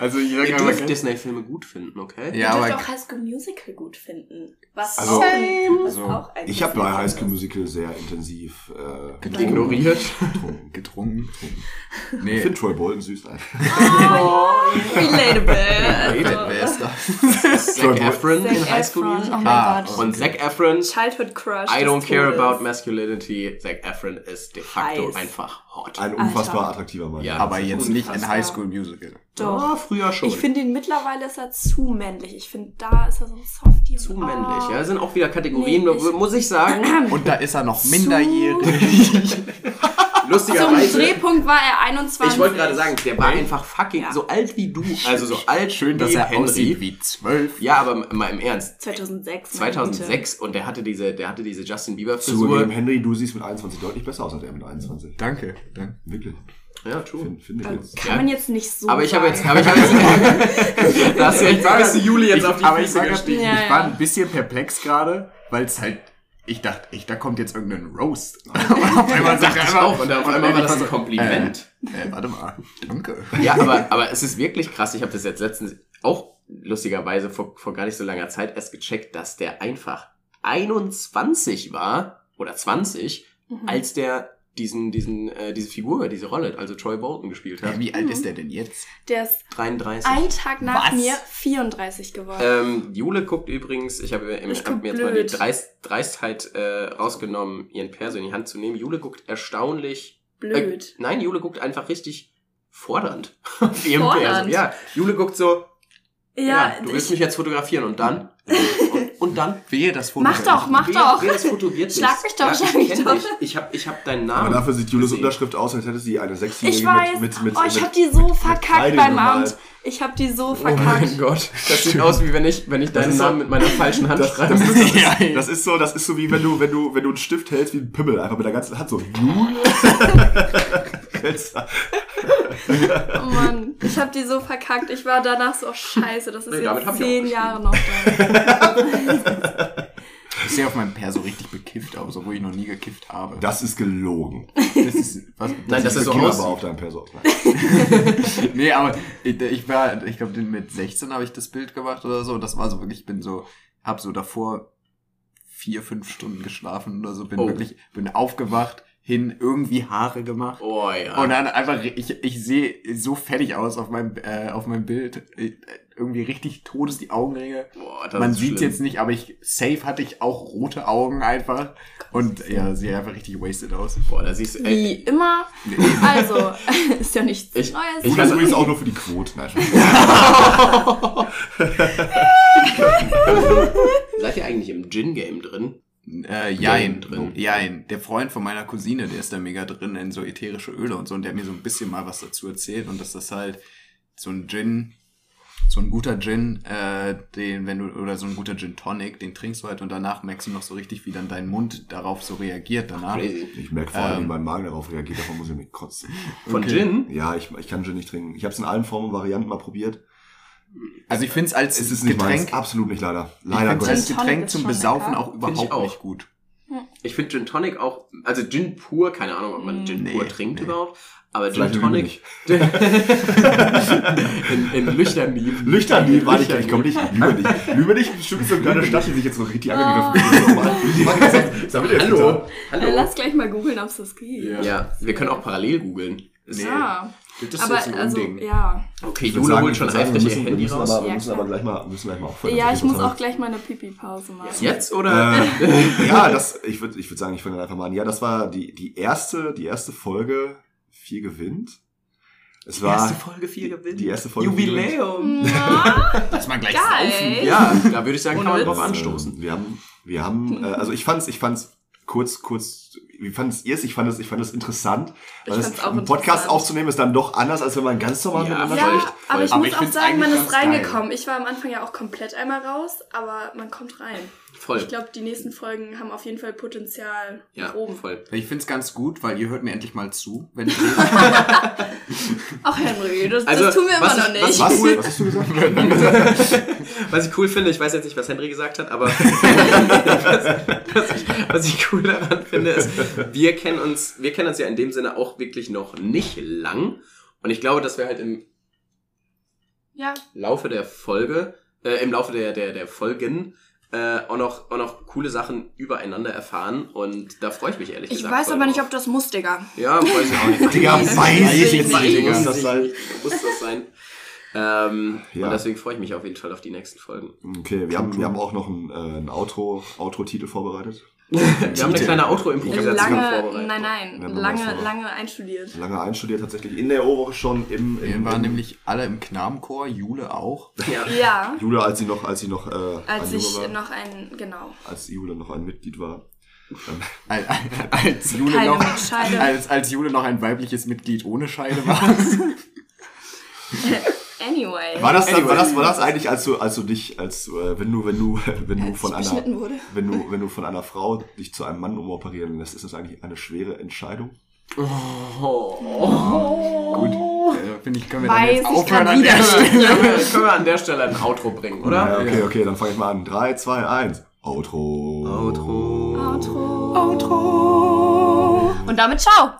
C: also ich
B: ihr dürft Disney-Filme gut finden, okay?
C: Ja,
D: Ihr dürft
C: aber-
D: auch High School Musical gut finden. Was
A: Also-
D: auch, ein, was
C: Also,
D: auch ein
A: ich habe bei High School
D: Musical
A: Musical sehr intensiv äh,
C: Genau.
B: Ignoriert.
A: getrunken.
C: Getrunken.
A: Ich
C: Nee.
A: finde Troy Bolton süß. Alter.
D: ist. Relatable.
C: Wer ist das?
B: Zac Efron
D: Zac
B: in High School
D: Efron,
B: Musical.
D: Oh
C: Ah,
D: mein Gott.
B: Und Zac Efron,
D: Childhood Crush.
B: I
D: des
B: don't care
D: Todes.
B: about masculinity. Zac Efron ist de facto
D: Heiß.
B: einfach hot.
A: Ein unfassbar attraktiver Mann.
B: Ja.
C: Aber jetzt nicht in
B: Unfassbar.
C: High School Musical.
D: Doch.
B: Ah, früher schon.
D: Ich finde ihn mittlerweile ist er zu männlich. Ich finde, da ist er so ein Softie. und-
B: zu
D: oh.
B: männlich. Ja, das sind auch wieder Kategorien,
D: Nee, ich-
B: muss ich sagen.
C: Und da ist er noch minderjährig.
D: Zum
B: Lustigerweise.
D: Drehpunkt war er 21.
B: Ich wollte gerade sagen, der war einfach fucking
D: Ja.
B: so alt wie du. Also so alt
C: Schön,
B: wie
C: dass er
B: Henry.
C: aussieht wie zwölf.
B: Ja, aber mal im Ernst.
D: 2006. meine
B: 2006 und der hatte diese, der hatte diese Justin Bieber
A: Zu dem
B: Frisur.
A: Henry, du siehst mit 21 deutlich besser aus als er mit 21.
C: Danke. Danke.
A: Wirklich.
B: Ja, true.
A: Finde find ich
D: Also,
A: jetzt.
D: kann man jetzt nicht so.
B: Aber ich habe jetzt,
D: sagen.
B: aber ich habe jetzt, da hast du jetzt, da bist du Juli jetzt
C: ich,
B: auf die
C: aber ich,
B: Füße
C: sag, grad,
B: gestiegen.
C: ich
D: Ja,
C: war
D: ja.
C: ein bisschen perplex gerade, weil es halt, ich dachte, ich, da kommt jetzt irgendein Roast. Und auf einmal sagt
B: Dachte ich
C: er
B: auch, und auf einmal war
C: ich
B: das ein
C: so,
B: Kompliment.
C: Äh, äh, warte mal, danke.
B: Ja, aber, aber es ist wirklich krass. Ich habe das jetzt letztens auch lustigerweise vor, vor gar nicht so langer Zeit erst gecheckt, dass der einfach 21 war oder 20,
D: Mhm.
B: als der diesen, diesen, äh, diese Figur, diese Rolle, also Troy Bolton gespielt hat.
C: Äh, Wie alt ist der denn jetzt?
D: Der ist
B: 33.
D: einen Tag nach
C: Was?
D: mir 34 geworden.
B: Ähm, Jule guckt übrigens, ich habe im-
D: Ich
B: hab
D: guck
B: mir jetzt mal die
D: blöd.
B: Dreist, Dreistheit äh, rausgenommen, ihren Perso in die Hand zu nehmen. Jule guckt erstaunlich
D: Blöd.
B: Äh, nein, Jule guckt einfach richtig fordernd auf ihrem
D: Fordernd?
B: Perso. Ja, Jule guckt so, äh, ja,
D: ja,
B: du willst
D: ich,
B: mich jetzt fotografieren und dann? und, und dann?
C: Wehe, das Foto.
D: mach doch, mach
B: Wer-
D: doch.
B: Wer das fotografiert
D: Schlag
B: ist.
D: mich doch,
B: Ja,
D: schlag
B: ich
D: mich
B: kenn
D: doch.
B: dich. Ich hab, ich hab deinen Namen.
A: Aber dafür sieht Jules
B: gesehen.
A: Unterschrift aus, als hätte sie eine sechsjährige
D: Ich
A: mit,
D: weiß.
A: mit, mit,
D: oh, ich
A: mit
D: habe die so verkackt
A: Kreide
D: beim
A: gemalt.
D: Amt. Ich habe die so
B: Oh mein
D: verkackt.
B: Gott. Das sieht aus, wie wenn ich, wenn ich deinen
A: ist so-
B: Namen mit meiner falschen Hand
A: Das,
B: schreibe.
A: das, ist,
C: Ja,
A: das,
C: ey.
A: ist, das ist so, das ist so wie wenn du, wenn du, wenn du einen Stift hältst wie ein Pimmel, einfach mit der ganzen Hand so. Jule. Hältst da-
D: oh Mann, ich habe die so verkackt. Ich war danach so, oh scheiße, das ist
B: Nee, damit hab
D: jetzt
B: ich auch
D: zehn
B: geschrieben.
D: Jahre noch da.
C: Ich sehe auf meinem Perso richtig bekifft aus, obwohl ich noch nie gekifft habe.
A: das ist gelogen.
C: Das ist, was,
B: Nein, das
A: Sieht
B: ist so
A: Kim aber
B: aus.
A: auf deinem Perso. aus. Nein.
C: nee, aber ich, ich war, ich glaube, mit 16 habe ich das Bild gemacht oder so. Und das war so wirklich, ich bin so, hab so davor vier, fünf Stunden geschlafen oder so, bin
B: Oh.
C: wirklich, bin aufgewacht, hin irgendwie Haare gemacht.
B: Oh ja.
C: Und dann einfach, ich, ich sehe so fertig aus auf meinem, äh, auf meinem Bild. Ich, irgendwie richtig todes die Augenringe.
B: Boah, das
C: Man
B: ist
C: sieht
B: schlimm.
C: jetzt nicht, aber ich, safe hatte ich auch rote Augen einfach. Und ja, sehe einfach richtig wasted aus.
B: Boah, da siehst du. ey,
D: Wie immer. Also, ist ja nichts
B: Ich-
D: Neues. Also,
B: ich
A: Und das übrigens auch nur für die Quote. Nein, Spaß.
B: Seid ihr eigentlich im Gin-Game drin?
C: Äh, jein,
B: drin.
C: jein. Der Freund von meiner Cousine, der ist da mega drin in so ätherische Öle und so und der hat mir so ein bisschen mal was dazu erzählt und dass das halt so ein Gin, so ein guter Gin, äh, den, wenn du, oder so ein guter Gin Tonic, den trinkst du halt und danach merkst du noch so richtig, wie dann dein Mund darauf so reagiert danach.
B: Crazy.
A: Ich merke vor allem, wie
C: Ähm.
A: mein Magen darauf reagiert, davon muss ich mich kotzen.
B: Von
C: Okay.
B: Gin?
A: Ja, ich, ich kann schon nicht trinken. Ich habe es in allen Formen und Varianten mal probiert.
C: Also ich find's als
A: Es ist nicht meins.
C: Getränk,
A: Absolut nicht, leider.
C: ich
A: Leider
C: find's
A: Gottes.
C: als
D: Gin Tonic
C: Getränk
D: ist
C: zum
D: schon
C: Besaufen
D: lecker.
C: auch überhaupt
B: auch.
C: nicht gut.
B: Ich finde Gin Tonic auch, also Gin pur, keine Ahnung, ob
A: Mm,
B: man Gin
C: Nee,
B: pur trinkt
C: nee.
B: überhaupt, aber
A: Vielleicht
B: Gin
A: lügen wir
B: Tonic. in, in Lüchternieb.
A: Lüchtern, war ich,
B: Lüchtern-
A: ich komme nicht, lübe nicht. Lübe nicht, bestimmt so eine kleine Stadt, die sich jetzt so richtig angegriffen
D: Ah.
A: fühlt. Nochmal. Was haben wir denn jetzt
B: Hallo.
A: getan?
D: Äh,
B: Hallo.
D: Lass gleich mal googeln, ob es das geht.
C: Ja.
B: Ja, wir können auch parallel googeln. Ist-
D: Ja.
C: Das ist
D: Aber
C: jetzt ein
D: also,
C: Unding.
D: ja.
B: Okay,
A: Ich würde
B: Jule
A: sagen,
B: holt schon
A: ich würde sagen, wir
B: eifrig ihr
A: müssen, wir
B: Handy
A: müssen
B: raus.
A: aber, wir
D: Ja,
A: müssen
D: klar.
A: aber gleich mal, wir müssen gleich mal aufhören.
D: Ja,
A: Das
D: ich
A: ist
D: muss
A: total-
D: auch gleich meine Pipi-Pause machen.
B: Jetzt oder?
A: Äh, ja, das, ich würde ich würd sagen, ich fange dann einfach mal an. Ja, das war die, die erste, die erste Folge Vier gewinnt. Es war
B: erste Folge 4 gewinnen.
A: die erste Folge vier gewinnt.
B: Jubiläum.
D: Na,
C: Lass mal gleich
D: Geil.
C: saufen.
B: Ja, da würde ich sagen, kann man
D: Ohne
B: drauf
D: Witz.
B: anstoßen.
A: Ähm, Wir haben, wir haben, äh, also ich fand's, ich fand's kurz, kurz, wie fandet ihr es? Ich fand es, ich fand es interessant.
D: Ich
A: Weil es,
D: fand's auch
A: einen Podcast
D: interessant.
A: aufzunehmen ist dann doch anders, als wenn man ganz normal
B: Ja,
A: miteinander
B: voll.
A: spricht.
D: ja, aber ich
C: Aber
D: muss
C: ich
D: auch
C: find's
D: sagen, man
C: eigentlich
D: ist
C: ganz
D: reingekommen. Ich war am Anfang ja auch komplett einmal raus, aber man kommt rein.
B: Voll.
D: Ich glaube, die nächsten Folgen haben auf jeden Fall Potenzial
B: Ja,
D: nach oben.
B: voll.
C: Ich find's ganz gut, weil ihr hört mir endlich mal zu, wenn ich
D: Ach, Henry, das,
B: Also,
D: das tun wir immer
B: was
D: noch
B: ich- was
A: Was?
B: ich-
D: nicht.
A: Was hast du
B: Cool.
A: gesagt?
B: Was ich cool finde, ich weiß jetzt nicht, was Henry gesagt hat, aber was, was, ich, was ich cool daran finde, ist, wir kennen uns, wir kennen uns ja in dem Sinne auch wirklich noch nicht lang. Und ich glaube, dass wir halt im
D: Ja,
B: Laufe der Folge, äh, im Laufe der, der, der Folgen äh, auch, noch, auch noch coole Sachen übereinander erfahren. Und da freue ich mich ehrlich
D: ich
B: gesagt.
D: weiß
B: voll
D: aber nicht,
B: drauf.
D: ob das muss, Digga.
B: Ja, weiß ich auch nicht.
A: Digga, weiß
D: ich
B: nicht,
D: jetzt nicht,
A: Digga.
B: Muss das
A: Das
B: sein?
A: halt-
B: Muss das sein? Ähm,
A: Ja.
B: Und deswegen freue ich mich auf jeden Fall auf die nächsten Folgen.
A: Okay, wir haben, wir haben auch noch ein, äh, ein Outro, Outro-Titel vorbereitet.
B: Wir haben eine kleine Outro-Improvisation
D: Lange,
B: vorbereitet.
D: nein, nein,
A: Ja, man weiß
D: lange,
A: aber.
D: lange einstudiert.
A: Lange einstudiert, tatsächlich in der Oberwoche schon im, im
C: Wir waren
A: im-
C: nämlich alle im Knabenchor, Jule auch.
B: Ja.
D: Ja,
A: Jule, als sie noch, als sie noch, äh,
D: als
A: ein
D: ich
A: Junge war,
D: noch ein, genau.
A: als Jule noch ein Mitglied war.
C: Als, als, Jule
D: Keine
C: noch,
D: mit Scheide.
C: als, als Jule noch ein weibliches Mitglied ohne Scheide war. Äh,
D: Anyway.
A: War das, dann,
B: Anyway.
A: war das, war das eigentlich, als du, als du dich, als du, äh, wenn du, wenn du, wenn du
D: Als
A: von
D: ich
A: einer,
D: beschnitten wurde.
A: wenn du, wenn du von einer Frau dich zu einem Mann umoperieren lässt, ist das eigentlich eine schwere Entscheidung?
B: Gut.
C: Gut, äh, finde ich, können wir
D: Weiß
C: dann jetzt
D: ich
C: aufhören
D: grad
C: an der
D: wieder.
C: Stelle.
B: Können wir an der Stelle ein Outro bringen, oder?
A: Ja, okay,
C: Ja.
A: okay, dann fange ich mal an. 3, 2, 1. Outro.
D: Outro. Outro. Und damit ciao.